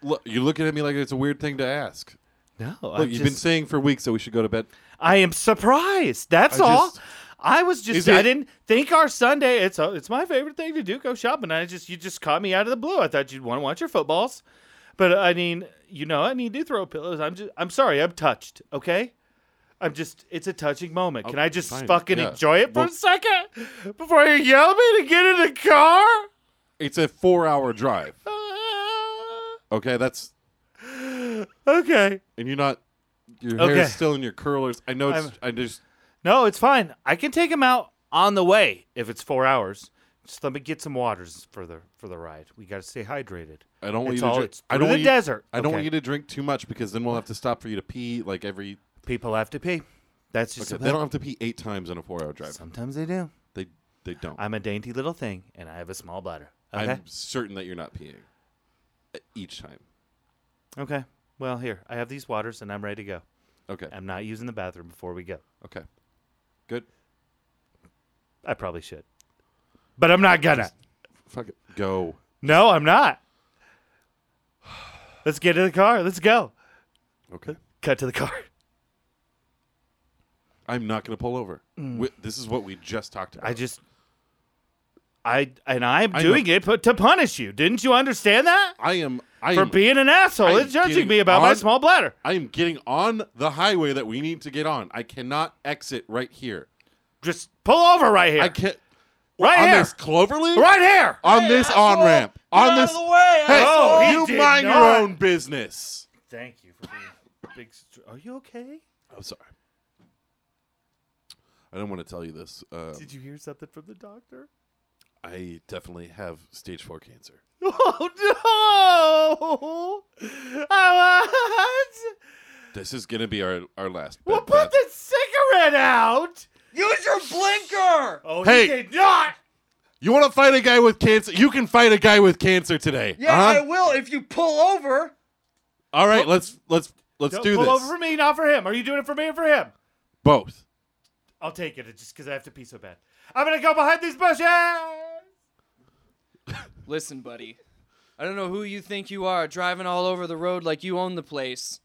Look, you're looking at me like it's a weird thing to ask. No, Look, I'm you've been just- saying for weeks that we should go to bed. I am surprised. That's I all. just- I was just Is I it- didn't think our Sunday it's uh, it's my favorite thing to do go shopping. I just you just caught me out of the blue. I thought you'd want to watch your footballs. But I mean, you know, I need to throw pillows. I'm just I'm sorry. I'm touched, okay? I'm just it's a touching moment. Can I just fine, fucking yeah. enjoy it for Well- a second before you yell at me to get in the car? It's a four-hour drive. Okay, that's Okay. and you're not. Your Okay. hair's still in your curlers. I know. It's, I'm- I just. No, it's fine. I can take him out on the way if it's four hours. Just let me get some waters for the for the ride. We got to stay hydrated. I don't want It's you to all- drink. it's I through don't the want you, desert. I don't Okay. want you to drink too much because then we'll have to stop for you to pee like every. People have to pee. That's just Okay, a they don't have to pee eight times in a four-hour drive. Sometimes they do. They they don't. I'm a dainty little thing, and I have a small bladder. Okay. I'm certain that you're not peeing uh, each time. okay. Well, here I have these waters, and I'm ready to go. Okay. I'm not using the bathroom before we go. Okay. Good. I probably should, but I'm not gonna. Fuck it. Go. No, I'm not. Let's get in the car. Let's go. Okay. Cut to the car. I'm not going to pull over. We, this is what we just talked about. Mm. I just, I and I'm I know. doing it but to punish you. Didn't you understand that? I am. I For am. being an asshole I'm and judging getting me about my on- small bladder. I am getting on the highway that we need to get on. I cannot exit right here. Just pull over right here. I can't. Right on here. this Cloverleaf. right here. On this on ramp. On this. Hey, asshole. He you did mind not. your own business. Thank you for being big. str- Are you okay? I'm sorry. I don't want to tell you this. Um, Did you hear something from the doctor? I definitely have stage four cancer. Oh no! I This is gonna be our our last. Well, bed bath. put the cigarette out. Use your blinker. Oh, Hey. you did not. You want to fight a guy with cancer? You can fight a guy with cancer today. Yeah, Uh-huh. I will if you pull over. All right, let's let's let's Don't do pull this. over for me, not for him. Are you doing it for me or for him? Both. I'll take it just because I have to pee so bad. I'm gonna go behind these bushes. Listen, buddy. I don't know who you think you are, driving all over the road like you own the place.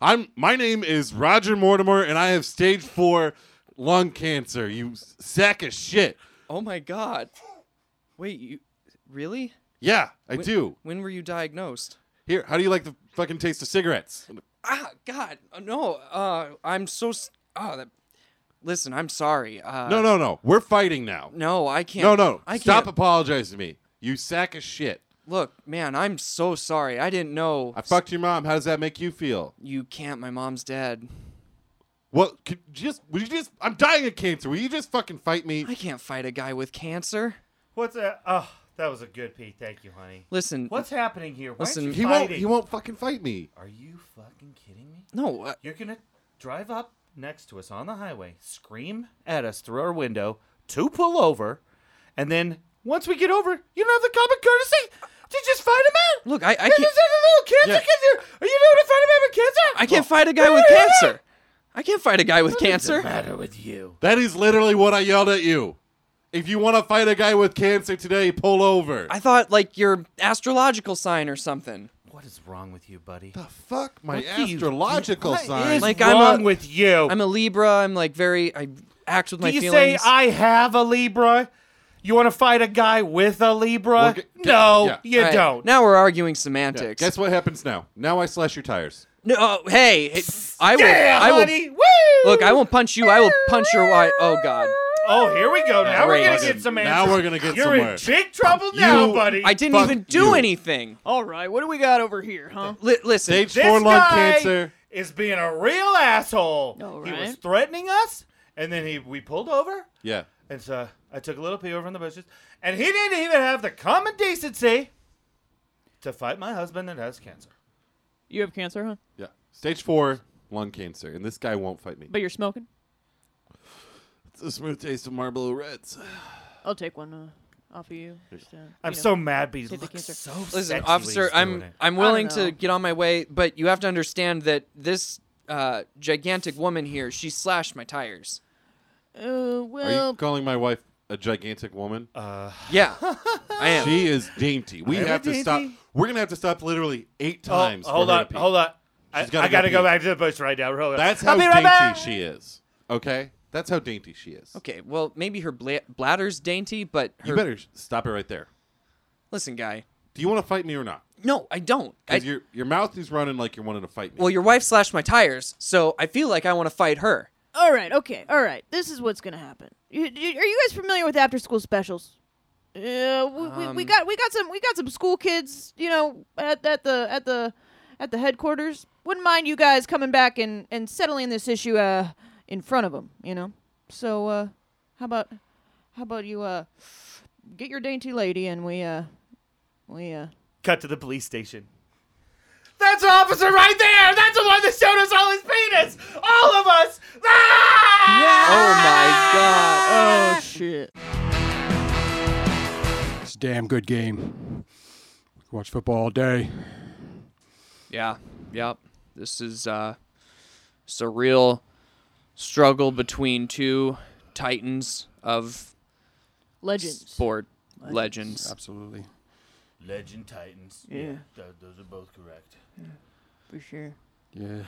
I'm. My name is Roger Mortimer, and I have stage four lung cancer. You s- sack of shit. Oh my god. Wait, you really? Yeah, I When- do. When were you diagnosed? Here, how do you like the fucking taste of cigarettes? Ah, god. uh, No. Uh I'm so s- oh, that Listen, I'm sorry. Uh No, no, no. We're fighting now. No, I can't. No, no. I Stop can't. apologizing to me. You sack of shit. Look, man, I'm so sorry. I didn't know. I fucked your mom. How does that make you feel? You can't. My mom's dead. Well, could just would you just? I'm dying of cancer. Will you just fucking fight me? I can't fight a guy with cancer. What's that? Oh, that was a good pee. Thank you, honey. Listen. What's happening here? Why Listen, aren't you He won't. fighting? He won't fucking fight me. Are you fucking kidding me? No. Uh, You're gonna drive up next to us on the highway, scream at us through our window to pull over, and then once we get over, you don't have the common courtesy to just fight him out. Look, I- I you can't- just have a little cancer. Yeah. cancer. Are you going to fight him out with cancer? I can't fight a guy with cancer. I can't fight a guy with cancer. matter with you? That is literally what I yelled at you. If you want to fight a guy with cancer today, pull over. I thought like your astrological sign or something. What is wrong with you, buddy? the fuck? My What do you- astrological What sign. is Like, I'm wrong a- with you? I'm a Libra. I'm like very. I act with Do my you feelings. say I have a Libra? You want to fight a guy with a Libra? Well, g- g- no, yeah. you All right, don't. Now we're arguing Yeah, semantics. Guess what happens now? Now I slash your tires. No. oh, hey. hey, I will. Yeah, I will. honey. Woo! Look, I won't punch you. I will punch your wife. Oh God. Oh, here we go. Now we're Great. gonna get some answers. Now we're gonna get You're somewhere. in big trouble now, You- buddy. I didn't Fuck even do you. anything. All right, what do we got over here, huh? Li- listen. Stage this four lung guy cancer. is being a real asshole. All He was right. threatening us, and then he we pulled over, Yeah. and so I took a little pee over in the bushes, and he didn't even have the common decency to fight my husband that has cancer. You have cancer, huh? Yeah. Stage four lung cancer, and this guy won't fight me. But you're smoking. It's a smooth taste of Marlboro Reds. I'll take one uh, off of you. Just, uh, I'm you know. so mad, but he Take the looks cancer. so Listen, sexy when officer, he's doing I'm it. I'm willing know. to get on my way, but you have to understand that this uh, gigantic woman here, she slashed my tires. Uh, Are you well, calling my wife a gigantic woman? Uh, Yeah, I am. She is dainty. We Am I have to stop. dainty? We're gonna have to stop literally eight Oh, times. for hold her to on, pee. hold on. I, She's gotta I gotta go go pee. back to the bush right now. Hold on. That's I'll how be dainty right back. she is. Okay, that's how dainty she is. Okay, well, maybe her bla- bladder's dainty, but her... You better stop it right there. Listen, guy. Do you want to fight me or not? No, I don't. I- Because your your mouth is running like you're wanting to fight me. Well, your wife slashed my tires, so I feel like I want to fight her. All right, okay, all right. This is what's gonna happen. You, you- are you guys familiar with after school specials? Uh, we, we, we Um, got we got some we got some school kids, you know, at, at the at the at the headquarters. Wouldn't mind you guys coming back and and settling this issue uh in front of them, you know. So uh, how about how about you uh get your dainty lady and we uh we uh Cut to the police station. That's an officer right there. That's the one that showed us all his penis. All of us. Ah! Oh my god. Ah! oh shit. It's a damn good game. Watch football all day. Yeah. Yep. This is uh it's a real struggle between two titans of Legends. sport legends. Absolutely. Legend Titans. Yeah. Yeah, those are both correct. For sure. Yeah.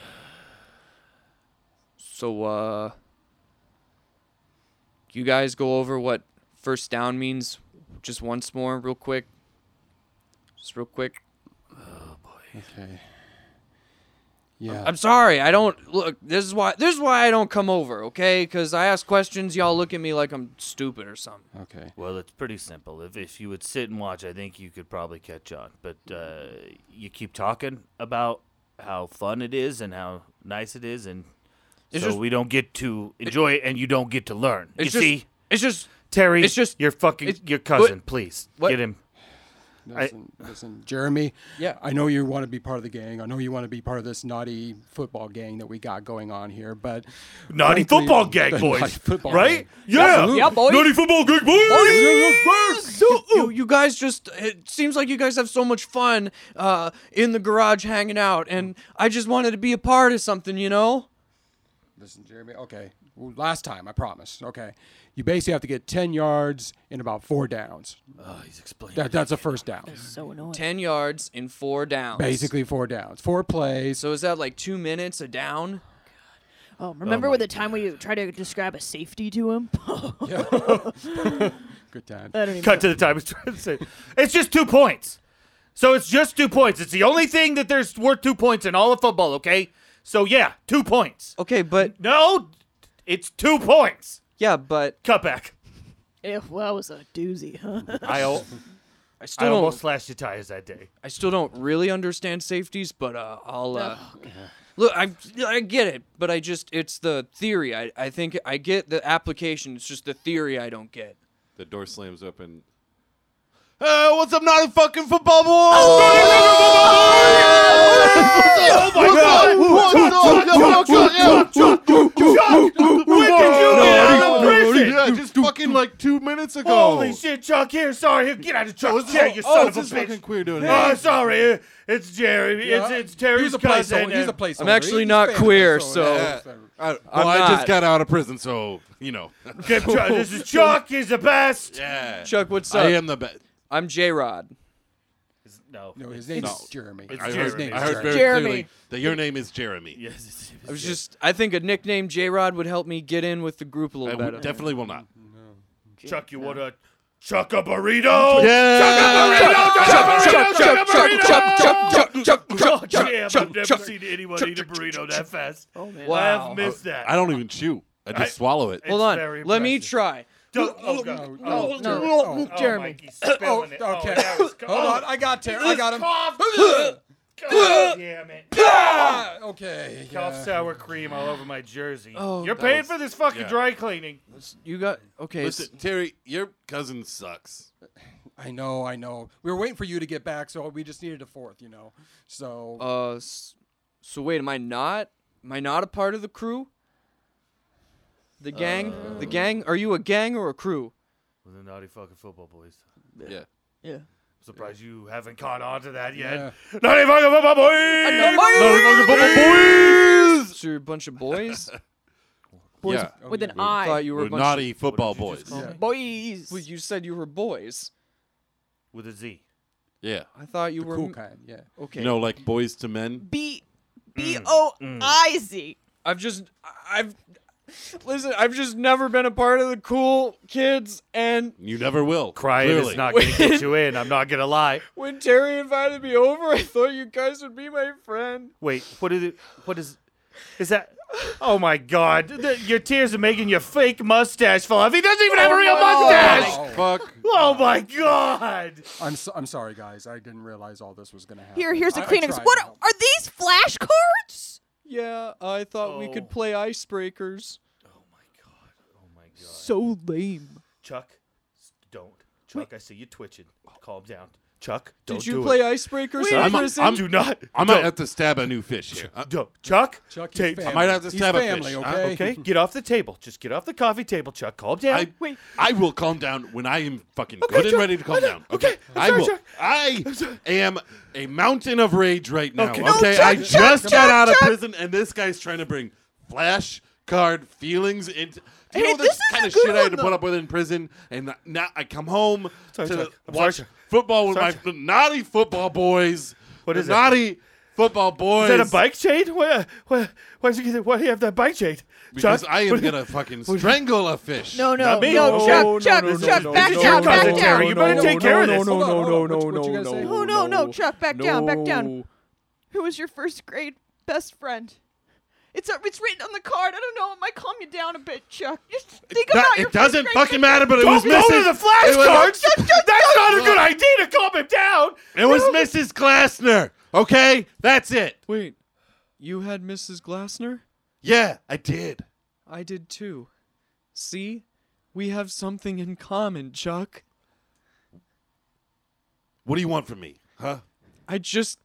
So uh you guys go over what first down means just once more real quick. Just real quick. Okay. Yeah. I'm sorry. I don't look. This is why. This is why I don't come over. Okay, because I ask questions, y'all look at me like I'm stupid or something. okay. Well, it's pretty simple. If if you would sit and watch, I think you could probably catch on. But uh, you keep talking about how fun it is and how nice it is, and It's so just- we don't get to enjoy it, and you don't get to learn. You It's just, see, It's just. Terry, it's just- your fucking it's- your what- cousin. please what- get him. I- Listen, listen, Jeremy. Yeah. I know you want to be part of the gang. I know you want to be part of this naughty football gang that we got going on here, but frankly- Naughty football gang, Naughty boys. football right? gang. Yeah. Absolutely. Yeah, boy. Naughty football gang, boys. You, you- you guys just it seems like you guys have so much fun uh, in the garage hanging out and i just wanted to be a part of something you know Listen, Jeremy. Okay, Well, last time I promise. Okay, you basically have to get ten yards in about four downs. Oh, he's explaining. That, that's a first down. So annoying. 10 yards in four downs Basically four downs, four plays. so is that like two minutes a down Oh, remember with the time we tried to describe a safety to him? Good time. I don't even Cut to the time. It's trying to say- It's just two points. So it's just two points. It's the only thing that there's worth two points in all of football. Okay. So yeah, two points. okay but No, it's two points. yeah but Cut back. Yeah, well, that was a doozy, huh? I, al- i still I don't almost slashed your tires that day. I still don't really understand safeties, but uh, I'll uh, look. I I get it, but I just it's the theory. I I think I get the application. It's just the theory I don't get. The door slams open. Oh, what's up, naughty fucking football boy? Oh, Oh, Oh, Yeah, just fucking like two minutes ago. Holy shit, Chuck! Here, sorry, here, get out of Chuck. Yeah, you oh, son it's of a this bitch. fucking queer doing Oh, it. sorry, uh, it's Jerry. It's, it's Terry's he's a cousin. placeholder. He's and- a placeholder. actually He's not family, queer, so- I, well, I'm I not. just got out of prison, so you know. Get Chuck- This is Chuck. He's the best. yeah. Chuck, what's up? I am the best. I'm J Rod. No. No, his name No. is Jeremy. It's I Jeremy. heard, name I is heard Jeremy. very Jeremy. clearly that your name is Jeremy. Yes. I was just I think a nickname J Rod would help me get in with the group a I little w- better. definitely will not. Chuck, you want a chuck a burrito? Damn, I've never seen anyone eat a burrito that fast. Oh, man. I Wow. have missed that. I don't even chew. I just I- swallow it. Hold It's on, very let me impressive. try. Don't- oh, God. No, Oh, no, oh, no. oh, Jeremy. Mike, he's spilling it. Oh. okay. that was- Hold on, I got Terry. I got him. Cough. God damn it. Ah, okay. Cough yeah. sour cream all over my jersey. Oh, You're that paying was- for this fucking yeah. dry cleaning. You got okay. Listen, Terry, your cousin sucks. I know, I know. We were waiting for you to get back, so we just needed a fourth, you know. So s- uh, s- so wait, am I not? Am I not a part of the crew? The gang? Uh, the gang? Are you a gang or a crew? With the naughty fucking football boys. Yeah. Surprised you haven't caught on to that yeah. yet. Naughty fucking football boys! Naughty Naughty fucking football boys! So you're a bunch of boys? Boys yeah. with an We're- eye. thought Oh, you were a we're bunch of- naughty football boys. Yeah. Boys. Well, you said you were boys. with a Z. Yeah. I thought you The were cool m- kind, yeah. Okay. You know, like boys to men. Mm. B B O Mm. I Z. I've just I've listen, I've just never been a part of the cool kids and You never will. Crying Clearly. is not going to get you in. I'm not going to lie. when Terry invited me over, I thought you guys would be my friend. Wait, what is it? What is? Is that? Oh my God! The, your tears are making your fake mustache fall off. He doesn't even have a real mustache. Oh, Fuck. Oh my God! I'm so, I'm sorry, guys. I didn't realize all this was gonna happen. Here, here's a I- I Kleenex. tried What to are, help. are these flashcards? Yeah, I thought we Oh. could play icebreakers. So lame. Chuck, s- don't. Chuck, I see you twitching. Calm down. Chuck, don't Did you do play it. icebreakers? Wait, I'm- Kristen? I'm- do not. I might don't, have to stab a new fish here. I, don't. Chuck, Chuck, he's take. family. might have to He's stab a family, fish. Okay. I- Okay, get off the table. Just get off the coffee table, Chuck. Calm down. I, I will calm down when I am fucking good and Chuck, ready to calm I know. down. Okay, Okay, I'm I sorry, will. Chuck. I am a mountain of rage right now. Okay. Okay, No, I Chuck, just Chuck, got out of Chuck. prison, and this guy's trying to bring flashcard feelings into. Do you Hey, know this, this is kind a of good shit I had one, to put up with in prison, and now I come home Sorry, to Chuck. I'm sorry, watch Chuck. football with Sorry, my Chuck. f- naughty football boys. What The is it? naughty football boys? Is that a bike chain? Where, where, where's you get? Why do you have that bike chain? Because Chuck, I am what- gonna fucking strangle a fish. No, no, Not me. no, No, Chuck, no, Chuck, no, no, Chuck, no, back no, down, no, back no, down. no, You better no, take no, care of no, this. no, Hold on, no, hold no, on. no, What- what you no, guys no, say? Oh no, no, Chuck, back down, back down. Who was your first grade best friend? It's up, it's written on the card. I don't know. It might calm you down a bit, Chuck. Just think That- about your it doesn't first grade fucking matter, but it Don't was go missing. to the flashcards. That's not a good idea to calm him down. It was Mrs. Glassner. Okay, that's it. Wait. You had Mrs. Glassner? Yeah, I did. I did too. See? We have something in common, Chuck. What do you want from me, huh? I just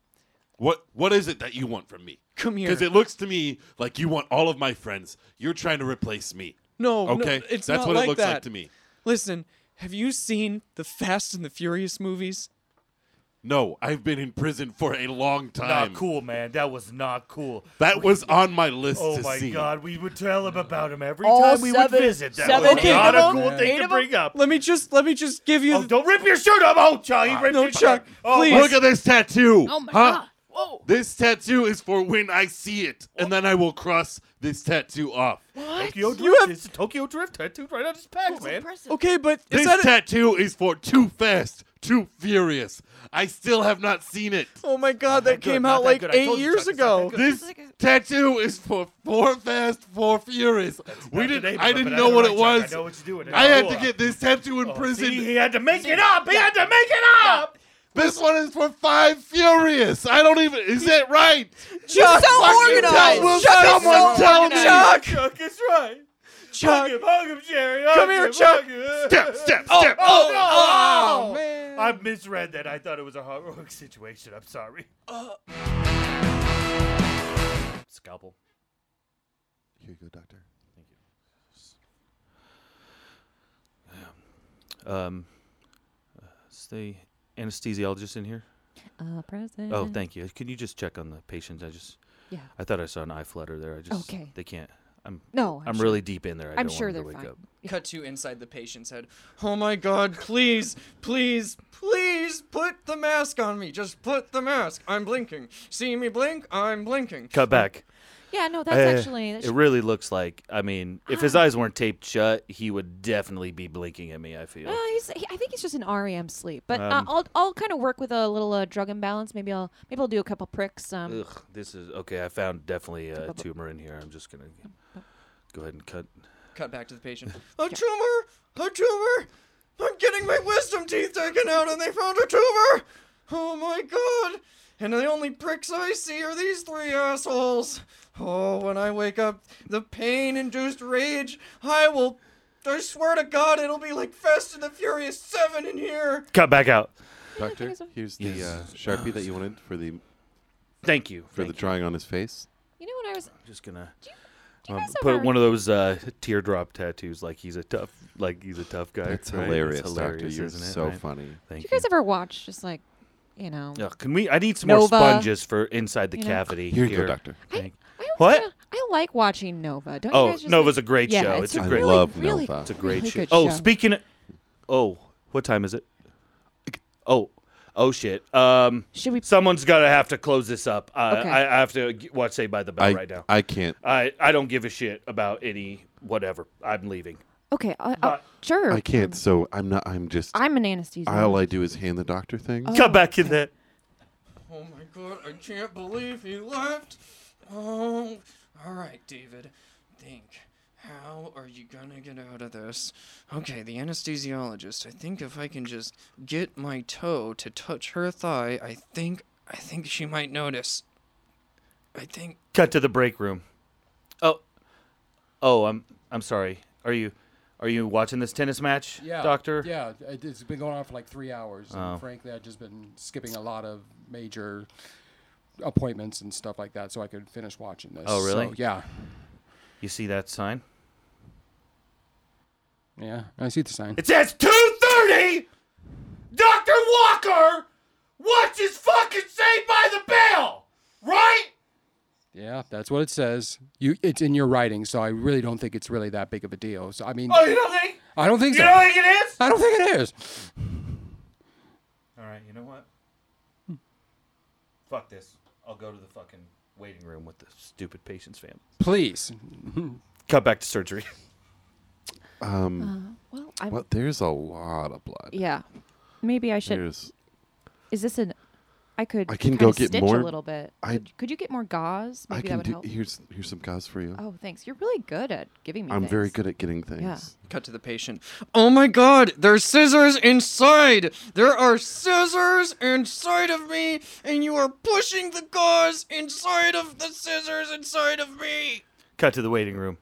What What is it that you want from me? come here. Because it looks to me like you want all of my friends. You're trying to replace me. no, no, Okay, it's that's not what like it looks that. like to me. Listen, have you seen the Fast and the Furious movies? No, I've been in prison for a long time. Not cool, man. That was not cool. That was on my list Oh to my see. God, we would tell him about him every All time we seven- would visit. That seven, was eight not of a 'em? cool Eight thing of to 'em? bring up. Let me just let me just give you Oh, the- don't rip your shirt up. Oh, Chuck, he ripped no, your Chuck, shirt. Oh, please. Look at this tattoo. Oh my huh? god. Whoa. This tattoo is for when I see it, and then I will cross this tattoo off. Tokyo Drift. You have- It's a Tokyo Drift tattooed right on his pack, man. Okay, but is This that a- tattoo is for Too Fast, Too Furious. I still have not seen it. Oh my god, that good, came not out that like good. I 8 told you, years Chuck, it's not that ago. good. This tattoo is for Four Fast, Four Furious. We Not didn't. today, I but- didn't but know I'm what right, it Chuck. was. I know what you're doing. I had to Cool. get this tattoo in prison. See, he had to make it up. He had to make it up. This one is for Five Furious. I don't even. Is that right? Chuck, so Fucking organized. Tell, will Chuck is someone so tell me? organized. Chuck, Chuck is right. Chuck. Hug him, hug him, Jerry. Come Hug here, him, Chuck. hug him. Step, step, step. Oh, Oh, Oh, man. I misread that. I thought it was a heroic situation. I'm sorry. Scalpel. Here you go, doctor. Um, uh, is the anesthesiologist in here? Uh, present. Oh, thank you. Can you just check on the patient? I just, Yeah. I thought I saw an eye flutter there. I just, Okay. They can't. I'm, No, I'm I'm sure- really deep in there. I I'm don't sure want they're them to wake fine. up. Cut to inside the patient's head. Oh my god, please, please, please put the mask on me. Just put the mask. I'm blinking. See me blink? I'm blinking. Cut back. Yeah, no, that's Uh, actually. That it should- Ah. really looks like. I mean, if his eyes weren't taped shut, he would definitely be blinking at me. I feel. Uh, he's, he, I think he's just in E REM sleep, but Um, uh, I'll I'll kind of work with a little uh, drug imbalance. Maybe I'll maybe I'll do a couple pricks. Um, Ugh, this is okay. I found definitely a Bubble- tumor in here. I'm just gonna go ahead and cut. Cut back to the patient. A tumor! A tumor! I'm getting my wisdom teeth taken out and they found a tumor! Oh my god! And the only pricks I see are these three assholes! Oh, when I wake up, the pain induced rage, I will. I swear to god, it'll be like Fast and the Furious 7 in here! Cut back out. Doctor, here's the uh, sharpie that you wanted for the Thank you. for the Thank you. drawing on his face. you know what I was? I'm just gonna Do you um, guys put ever- one of those uh, teardrop tattoos. Like he's a tough. Like he's a tough guy. That's right? hilarious, Doctor. hilarious, You're isn't it, so right? funny. Do Thank you guys ever watch just like, you know? Ugh, can we? I need some more Nova, sponges for inside the you know? cavity. Here here. you go, Doctor. I, I always What? Kinda, I like watching Nova. Don't you Oh, guys just Nova's like- a great Yeah, show. It's It's, a a great- really, I love really, Nova. It's a great really show. good Oh, show. speaking of, oh, what time is it? Oh, oh shit. Um, Should we? someone's gonna have to close this up. Uh, Okay. I, I have to g- watch Say by the Bell I, right now. I can't. I, I don't give a shit about any whatever. I'm leaving. Okay, I, I, sure. I can't. So I'm not. I'm just. I'm an anesthesiologist. all I do is hand the doctor things. Come back in there. Oh my god, I can't believe he left. Oh, all right, David. Think. How are you gonna get out of this? Okay, the anesthesiologist. I think if I can just get my toe to touch her thigh, I think I think she might notice. I think Cut to the break room. Oh, oh, I'm I'm sorry. Are you are you watching this tennis match, Doctor? Yeah, it- it's been going on for like three hours. Oh. And frankly, I've just been skipping a lot of major appointments and stuff like that so I could finish watching this. Oh, really? So, yeah. You see that sign? Yeah. I see the sign. It says two thirty. Dr. Walker watches fucking Saved by the Bell, right? yeah, that's what it says. You, It's in your writing, so I really don't think it's really that big of a deal. So, I mean, Oh, you don't think? I don't think You so. don't think it is? I don't think it is. All right. You know what? Fuck this. I'll go to the fucking waiting room with the stupid patient's family. Please. Cut back to surgery. Um, Uh, well, I well, there's a lot of blood. yeah. Maybe I should. There's. Is this an? I could. I can kinda go get stitch more- a little bit. I- could, could you get more gauze? Maybe I that can would do. help. Here's here's some gauze for you. Oh, thanks. You're really good at giving me. I'm very things. good at getting things. Cut to the patient. Oh my god, there's scissors inside! There are scissors inside of me, and you are pushing the gauze inside of the scissors inside of me! Cut to the waiting room.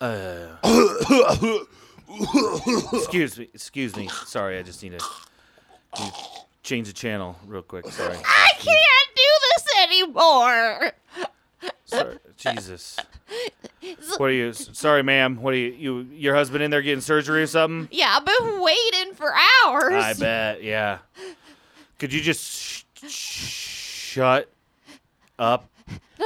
Uh, excuse me. Excuse me. Sorry, I just need to need to change the channel real quick. Sorry. I can't do this anymore. Sorry. Jesus. What are you? s- Sorry, ma'am. What are you? You your husband in there getting surgery or something? Yeah, I've been waiting for hours. I bet. Yeah. Could you just sh- sh- shut up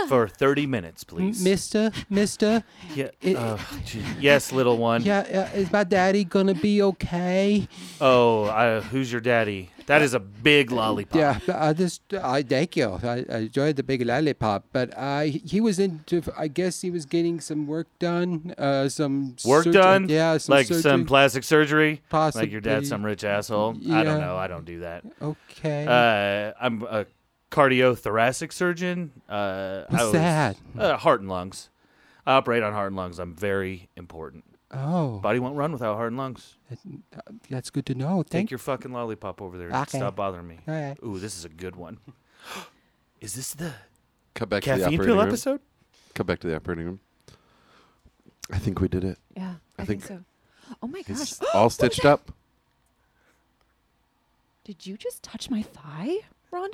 for thirty minutes, please? Mister, Mister. Yeah. it- oh, gee- yes, little one. Yeah, uh, is my daddy gonna be okay? Oh, I, who's your daddy? That is a big Uh, lollipop. Yeah, I just, I thank you. I, I enjoyed the big lollipop, but I, he was into, I guess he was getting some work done, uh, some Work surgery- done? Yeah, some like surgery. some plastic surgery? Like your Possibly. dad's some rich asshole? I Yeah. don't know. I don't do that. okay. Uh, I'm a cardiothoracic surgeon. Uh, I What's was- that? Uh, heart and lungs. I operate on heart and lungs. I'm very important. oh, Body won't run without heart and lungs. that's good to know. Take Thank you. your fucking lollipop over there. Okay. Stop bothering me. All right. Ooh, this is a good one. Is this the Cut back to the caffeine operating pill room. episode? Cut back to the operating room. I think we did it. Yeah, I I, think, think so. Oh my gosh! It's all stitched up. Did you just touch my thigh, Rhonda?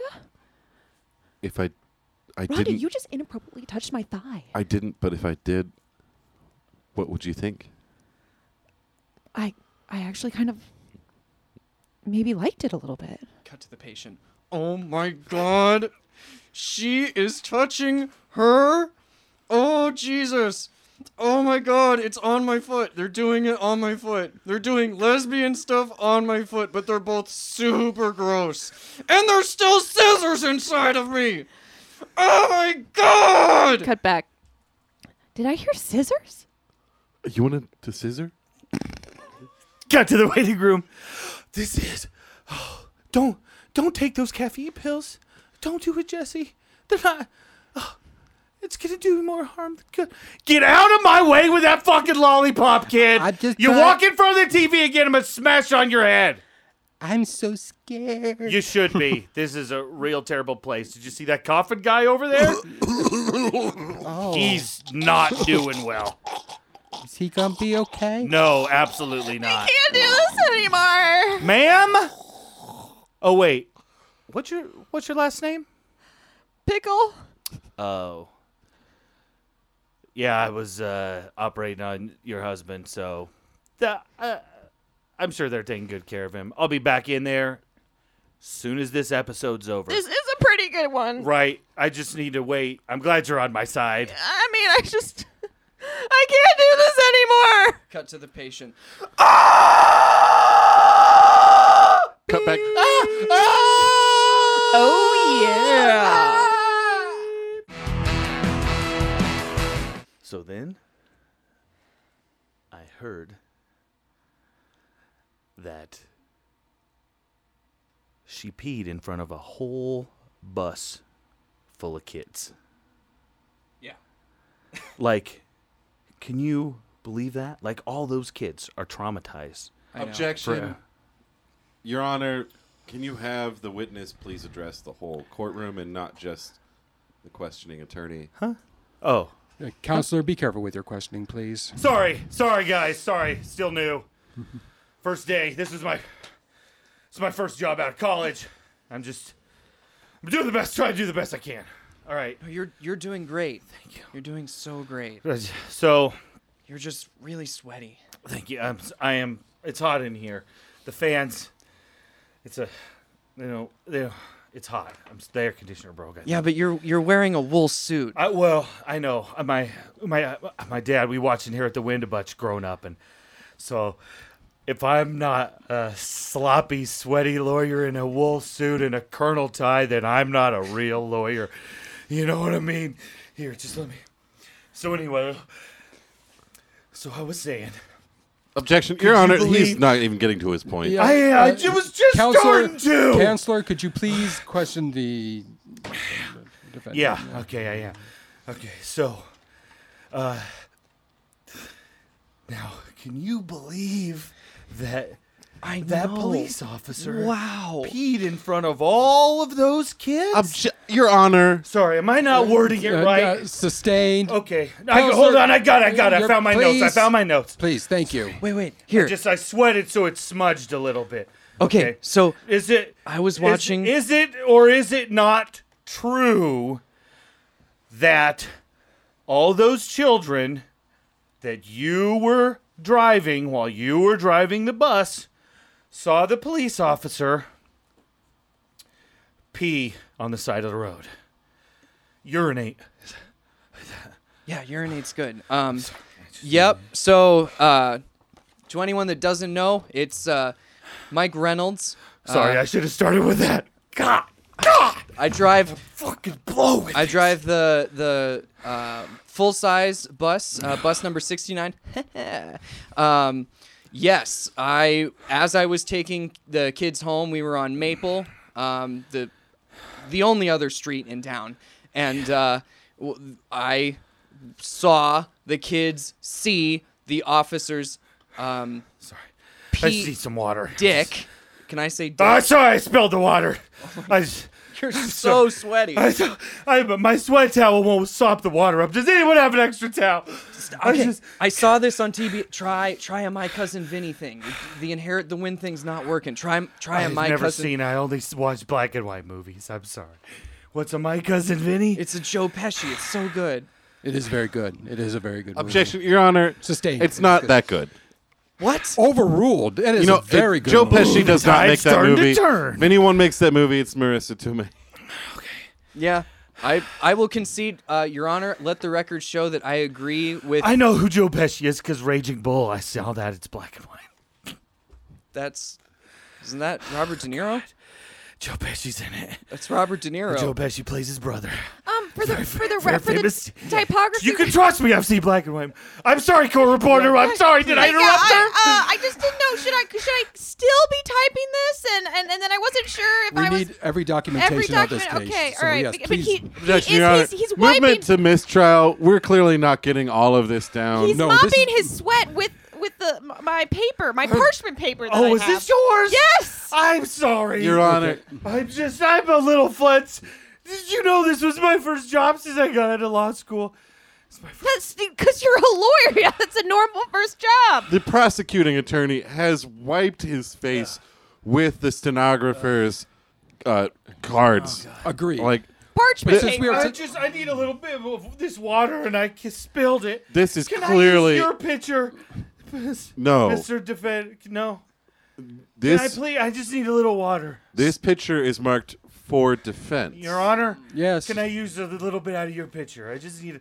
If I, I Rhonda, didn't. you just inappropriately touched my thigh. I didn't. But if I did, what would you think? I, I actually kind of maybe liked it a little bit. Cut to the patient. Oh my god! She is touching her? Oh Jesus! Oh my god, it's on my foot. They're doing it on my foot. They're doing lesbian stuff on my foot, but they're both super gross. And there's still scissors inside of me! Oh my god! Cut back. Did I hear scissors? You wanted to scissor? got to the waiting room. This is. oh, don't don't take those caffeine pills. Don't do it, Jesse. They're not. oh, it's gonna do more harm than good. Get out of my way with that fucking lollipop, kid. I just you thought- walk in front of the TV again, I'm gonna smash on your head. I'm so scared. You should be. this is a real terrible place. Did you see that coffin guy over there? oh, He's not doing well. is he gonna be okay? No, absolutely not. Can't do this anymore. Ma'am? Oh wait. What's your what's your last name? Pickle. Oh. Yeah, I was uh, operating on your husband, so the, uh, I'm sure they're taking good care of him. I'll be back in there soon as this episode's over. This is a pretty pretty good one. Right. I just need to wait. I'm glad you're on my side. I mean, I just. I can't do this anymore! Cut to the patient. Cut back. Ah! Oh, yeah! So then I heard that she peed in front of a whole bus full of kids. Yeah. Like, can you believe that? Like, all those kids are traumatized. know. uh, Objection. Your Honor, can you have the witness please address the whole courtroom and not just the questioning attorney? Oh, Uh, Counselor, be careful with your questioning, please. Sorry, sorry guys, sorry. Still new. First day. This is my This is my first job out of college. I'm just I'm doing the best, trying to do the best I can. All right. No, You're you're doing great. Thank you. You're doing so great. so You're just really sweaty. Thank you. I'm, s- I am. It's hot in here. The fans. It's a. You know. They, it's hot. I'm. s- The air conditioner broke. I think. Yeah, but you're you're wearing a wool suit. I, well, I know. Uh, My my uh, my dad. We watched in here at the wind a bunch growing up, and so if I'm not a sloppy, sweaty lawyer in a wool suit and a colonel tie, then I'm not a real lawyer. You know what I mean? Here, just let me. So anyway, so I was saying. Objection. Your Honor, he's believe- not even getting to his point. Yeah, I, uh, I ju- was just Counselor, starting to. Counselor, could you please question the defendant? Yeah. Okay. Yeah. Yeah. Okay. So, uh, now can you believe that I that know. police officer Wow. peed in front of all of those kids? Obje- Your Honor, Sorry, am I not wording it Uh, right? uh, sustained. okay. I, Counselor, hold on. I got. it, I got. it. I you're- found my notes. please. I found my notes. Please, thank you. Wait, wait. Here. Just I sweated, so it smudged a little bit. okay, So Is it? I was is- watching- Is, it or is it not true that all those children that you were driving while you were driving the bus saw the police officer pee on the side of the road, urinate? yeah, urinate's good. Um, yep. So uh, to anyone that doesn't know, it's uh, Mike Reynolds. Uh, Sorry, I should have started with that. God, I drive fucking blow with I this. drive the the uh, full size bus, uh, bus number sixty nine. um, yes, I as I was taking the kids home, we were on Maple, um, the the only other street in town, and uh, w- I saw the kids see the officers. Um, Sorry, I just pee need some water. dick. Can I say dick? Ah, sorry, I spilled the water. I just. Oh You're so sweaty. I, saw- I, but my sweat towel won't sop the water up. Does anyone have an extra towel? I Okay, just- I saw this on TV. Try try a my cousin Vinny thing. The inherit the win thing's not working. Try try a I've my never cousin. seen. I only s- watch black and white movies. I'm sorry. What's a my cousin Vinny? It's a Joe Pesci. It's so good. It is very good. It is a very good. movie. objection. Your Honor, Sustained. It's not that good. What? Overruled. It is You know, a very it- good. Joe movie. Pesci does not Tide's make that starting to movie. turn. If anyone makes that movie, it's Marissa Tomei. Yeah. I I will concede, uh, Your Honor. Let the record show that I agree with. I know who Joe Pesci is because Raging Bull. I saw that. It's black and white. That's isn't that Robert De Niro? Joe Pesci's in it. That's Robert De Niro. Joe Pesci plays his brother. Um, for the for the Very re- for famous. the typography. You can trust me. I've seen black and white. I'm sorry, co reporter. I'm sorry. Did I Yeah, interrupt her? I, uh, I just didn't know. Should I should I still be typing this? And and, and then I wasn't sure if We I was need every documentation every of this document. case. Okay, so all right. yes, but, but please. he, he is, Objection, Your Honor. he's, he's wiping. Movement to mistrial. We're clearly not getting all of this down. he's No, this mopping is- his sweat with with the my paper, my parchment paper. That Oh, I is have. this yours? Yes. I'm sorry. Your Honor, I'm just, I'm a little flutz. Did you know this was my first job since I got out of law school? That's because you're a lawyer. Yeah, that's a normal first job. the prosecuting attorney has wiped his face with the stenographer's uh, cards. Agree. like Parchment But since paper. Oh, we are- I just, I need a little bit of this water, and I ki- spilled it. this is Can I clearly use your picture, Miss- no. Mr. Defend? No, Can I This please. I just need a little water. this picture is marked for defense. Your Honor? Yes. Can I use a little bit out of your pitcher? I just need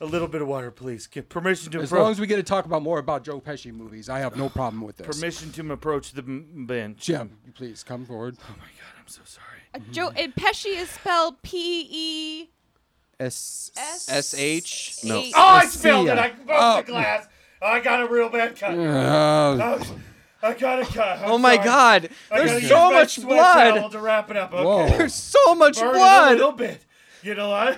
a little bit of water, please. Get permission to As approach. long as we get to talk about more about Joe Pesci movies, I have no problem with this. permission to approach the m- bench. Jim, please come forward. I'm so sorry. Uh, Joe and Pesci is spelled P E S S- S H. No. H. Oh, I see spilled ya. it. I broke Oh. the glass. I got a real bad cut. Uh, Oh, I got a cut. I'm Oh my sorry. God! I gotta There's use so my much sweat towel blood. To wrap it up. Okay. Whoa. There's so much Burn A blood. little bit. Get a lot.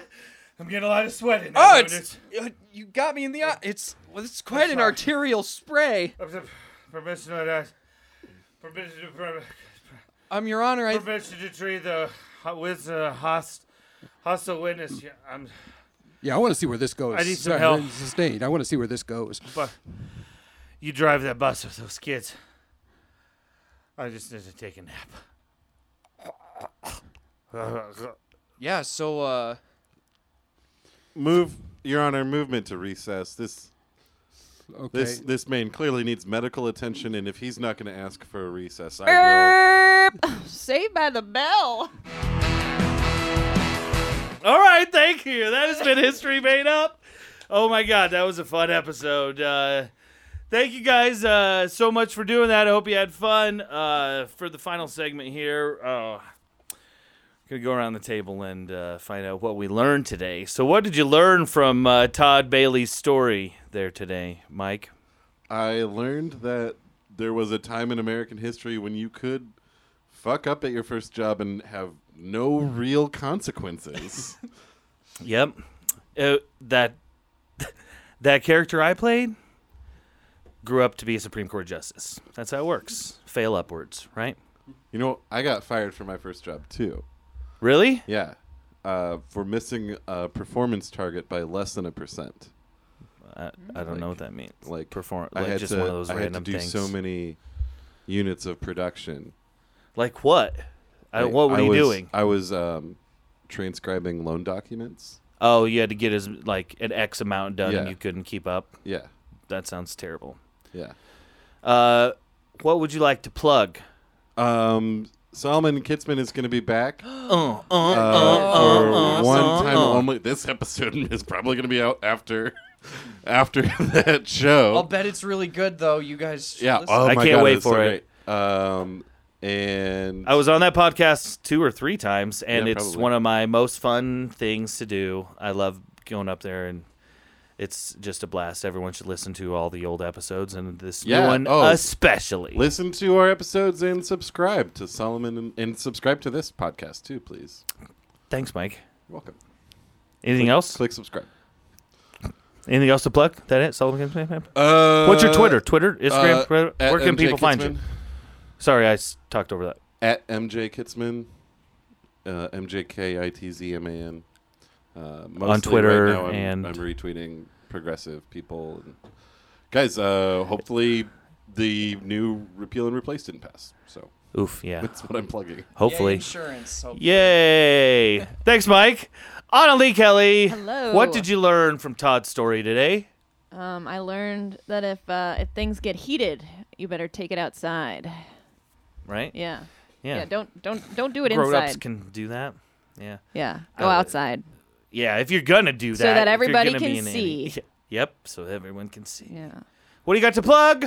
I'm getting a lot of sweat in. Oh, there, Oh. but it's, uh, you got me in the eye. It's well, it's quite an arterial spray. it's- permission to ask- permission to per- Um, Your Honor, I permission to treat the ho- with the host, hostile witness. Yeah, I'm. yeah, I want to see where this goes. I need some Sorry, help. Sustained. I want to see where this goes. But you drive that bus with those kids. I just need to take a nap. yeah. So uh, Move, Your Honor, movement to recess. This Okay. this this man clearly needs medical attention, and if he's not going to ask for a recess, I Burp. Saved by the Bell. All right, thank you. That has been History Made Up. Oh my God, that was a fun episode. Uh, thank you guys uh, so much for doing that. I hope you had fun. Uh, for the final segment here, uh, gonna go around the table and uh, find out what we learned today. So, what did you learn from uh, Todd Bailey's story there today, Mike? will. I learned that there was a time in American history when you could fuck up at your first job and have no real consequences. Yep, Uh, that that character I played grew up to be a Supreme Court justice. That's how it works. Fail upwards, right? you know, I got fired for my first job too. Really? Yeah, uh, for missing a performance target by less than a percent. I, I don't know what that means. like perform, I like had just to, one of those I random had to do things. so many units of production. like what? I, Like, what were I you was- doing? I was um, transcribing loan documents. Oh, you had to get as like an X amount done, and Yeah. you couldn't keep up. Yeah, That sounds terrible. yeah. Uh, what would you like to plug? Um, Solomon Kitzman is going to be back uh, Uh, uh, for one time only. This episode is probably going to be out after after that show. I'll bet it's really good though. You guys. should yeah, listen. oh I my can't God, wait it's so for it. great. Um, and I was on that podcast two or three times, and Yeah, it's probably. one of my most fun things to do. I love going up there, and it's just a blast. Everyone should listen to all the old episodes, and this new Yeah, one oh. especially. listen to our episodes and subscribe to Solomon and, and subscribe to this podcast too, please. Thanks, Mike. You're welcome. Anything else? Click subscribe. Anything else to plug? That it? Sullivan Kinsman? Uh, What's your Twitter? Twitter, Instagram, uh, Twitter? at Where can MJ people find Kitzman. you? Sorry, I s- talked over that. At MJ Kitzman, uh, M J K I T Z M A N. Uh, mostly right Twitter now I'm, and- I'm retweeting progressive people. And guys, uh, hopefully the new repeal and replace didn't pass. So Oof, yeah. that's what I'm plugging. Yay, Hopefully. insurance. Hope- Yay! Thanks, Mike. Anna Lee Kelly. Hello. What did you learn from Todd's story today? Um, I learned that if uh, if things get heated, you better take it outside. Right? Yeah. Yeah. Yeah. don't don't don't do it Grown ups inside. can do that. Yeah. yeah. I Go would- outside. Yeah, if you're going to do that. that if you're everybody gonna be can in any- see. Yep, so everyone can see. Yeah. What do you got to plug?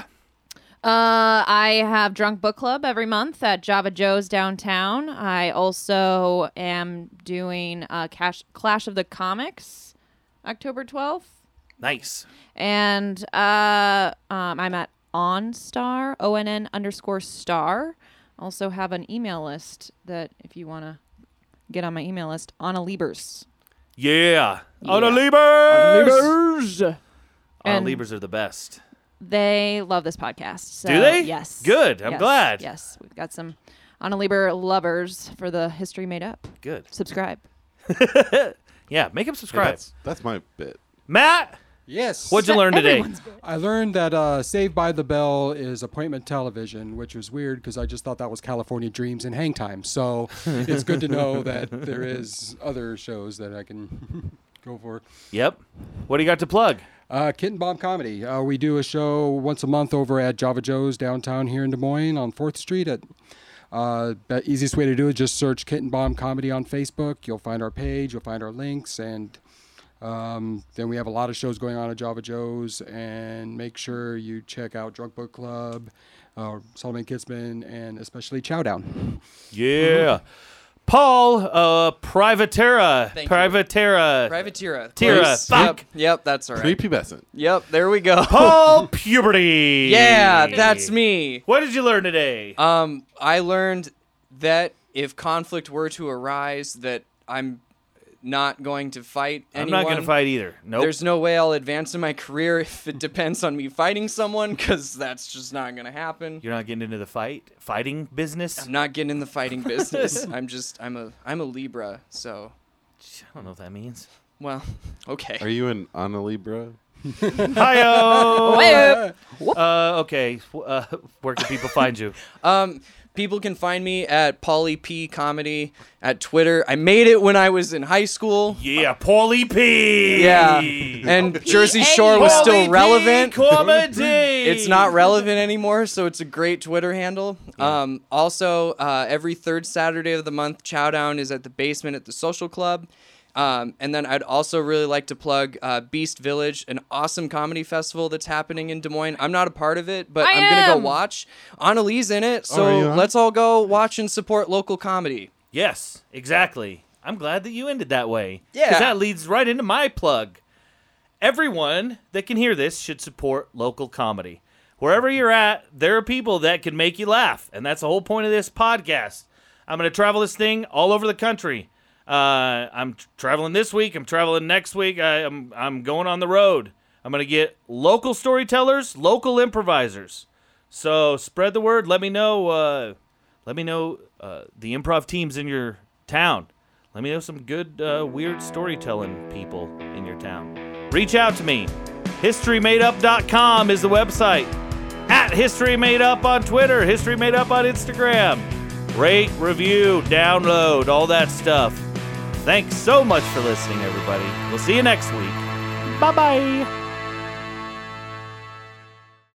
Uh, I have Drunk Book Club every month at Java Joe's downtown. I also am doing uh, Cash- Clash of the Comics October 12th. Nice. And uh, um, I'm at OnStar, O N N underscore star. Also have an email list that if you want to get on my email list, Anna Liebers. Yeah. Anna Yeah. Liebers. Anna And- Liebers are the best. They love this podcast. So, Do they? Yes. Good. I'm Yes. glad. Yes. We've got some Anna Lieber lovers for the History Made Up. Good. Subscribe. Yeah, make him Hey, subscribe. that's, that's my bit. Matt, yes. what'd you learn today? I learned that uh, Saved by the Bell is appointment television, which was weird because I just thought that was California Dreams and Hang Time. So it's good to know that there is other shows that I can go for. Yep. What do you got to plug? Uh, Kitten Bomb Comedy. Uh, we do a show once a month over at Java Joe's downtown here in Des Moines on Fourth Street at Uh, the easiest way to do it, just search Kitten Bomb Comedy on Facebook. You'll find our page, you'll find our links, and um, then we have a lot of shows going on at Java Joe's. And make sure you check out Drunk Book Club, uh, Solomon Kitsman, and especially Chowdown. Yeah. Paul, uh, Privatera. Thank you. Privatera. Privateera. Tira, Close. fuck. Yep, yep, that's all right. Uh, Prepubescent. Yep, there we go. Paul Puberty. yeah, that's me. What did you learn today? Um, I learned that if conflict were to arise, that I'm not going to fight I'm anyone. not going to fight either. Nope. There's no way I'll advance in my career if it depends on me fighting someone, because that's just not going to happen. You're not getting into the fight, fighting business. I'm not getting in the fighting business. I'm just I'm a I'm a Libra, so I don't know what that means. well, okay. Are you an Analibra? Hiyo. Whoa. uh, okay. Uh, where can people find you? Um, people can find me at Polly P Comedy at Twitter. I made it when I was in high school. Yeah, Paulie P. Yeah, and Jersey Shore was still relevant. Comedy. It's not relevant anymore, so it's a great Twitter handle. Um, also, uh, every third Saturday of the month, Chowdown is at the basement at the Social Club. Um, and then I'd also really like to plug uh, Beast Village, an awesome comedy festival that's happening in Des Moines. I'm not a part of it, but I am gonna go am. watch. Annalise in it, so Oh, are you on? let's all go watch and support local comedy. Yes, exactly. I'm glad that you ended that way. Yeah. that leads right into my plug. Everyone that can hear this should support local comedy. Wherever you're at, there are people that can make you laugh, and that's the whole point of this podcast. I'm going to travel this thing all over the country. Uh, I'm t- traveling this week. I'm traveling next week. I, am I'm going on the road. I'm going to get local storytellers, local improvisers. So spread the word. Let me know. Uh, let me know uh, the improv teams in your town. Let me know some good, uh, weird storytelling people in your town. Reach out to me. HistoryMadeUp.com is the website. At History Made Up on Twitter, History Made Up on Instagram. Rate, review, download, all that stuff. Thanks so much for listening, everybody. We'll see you next week. Bye bye.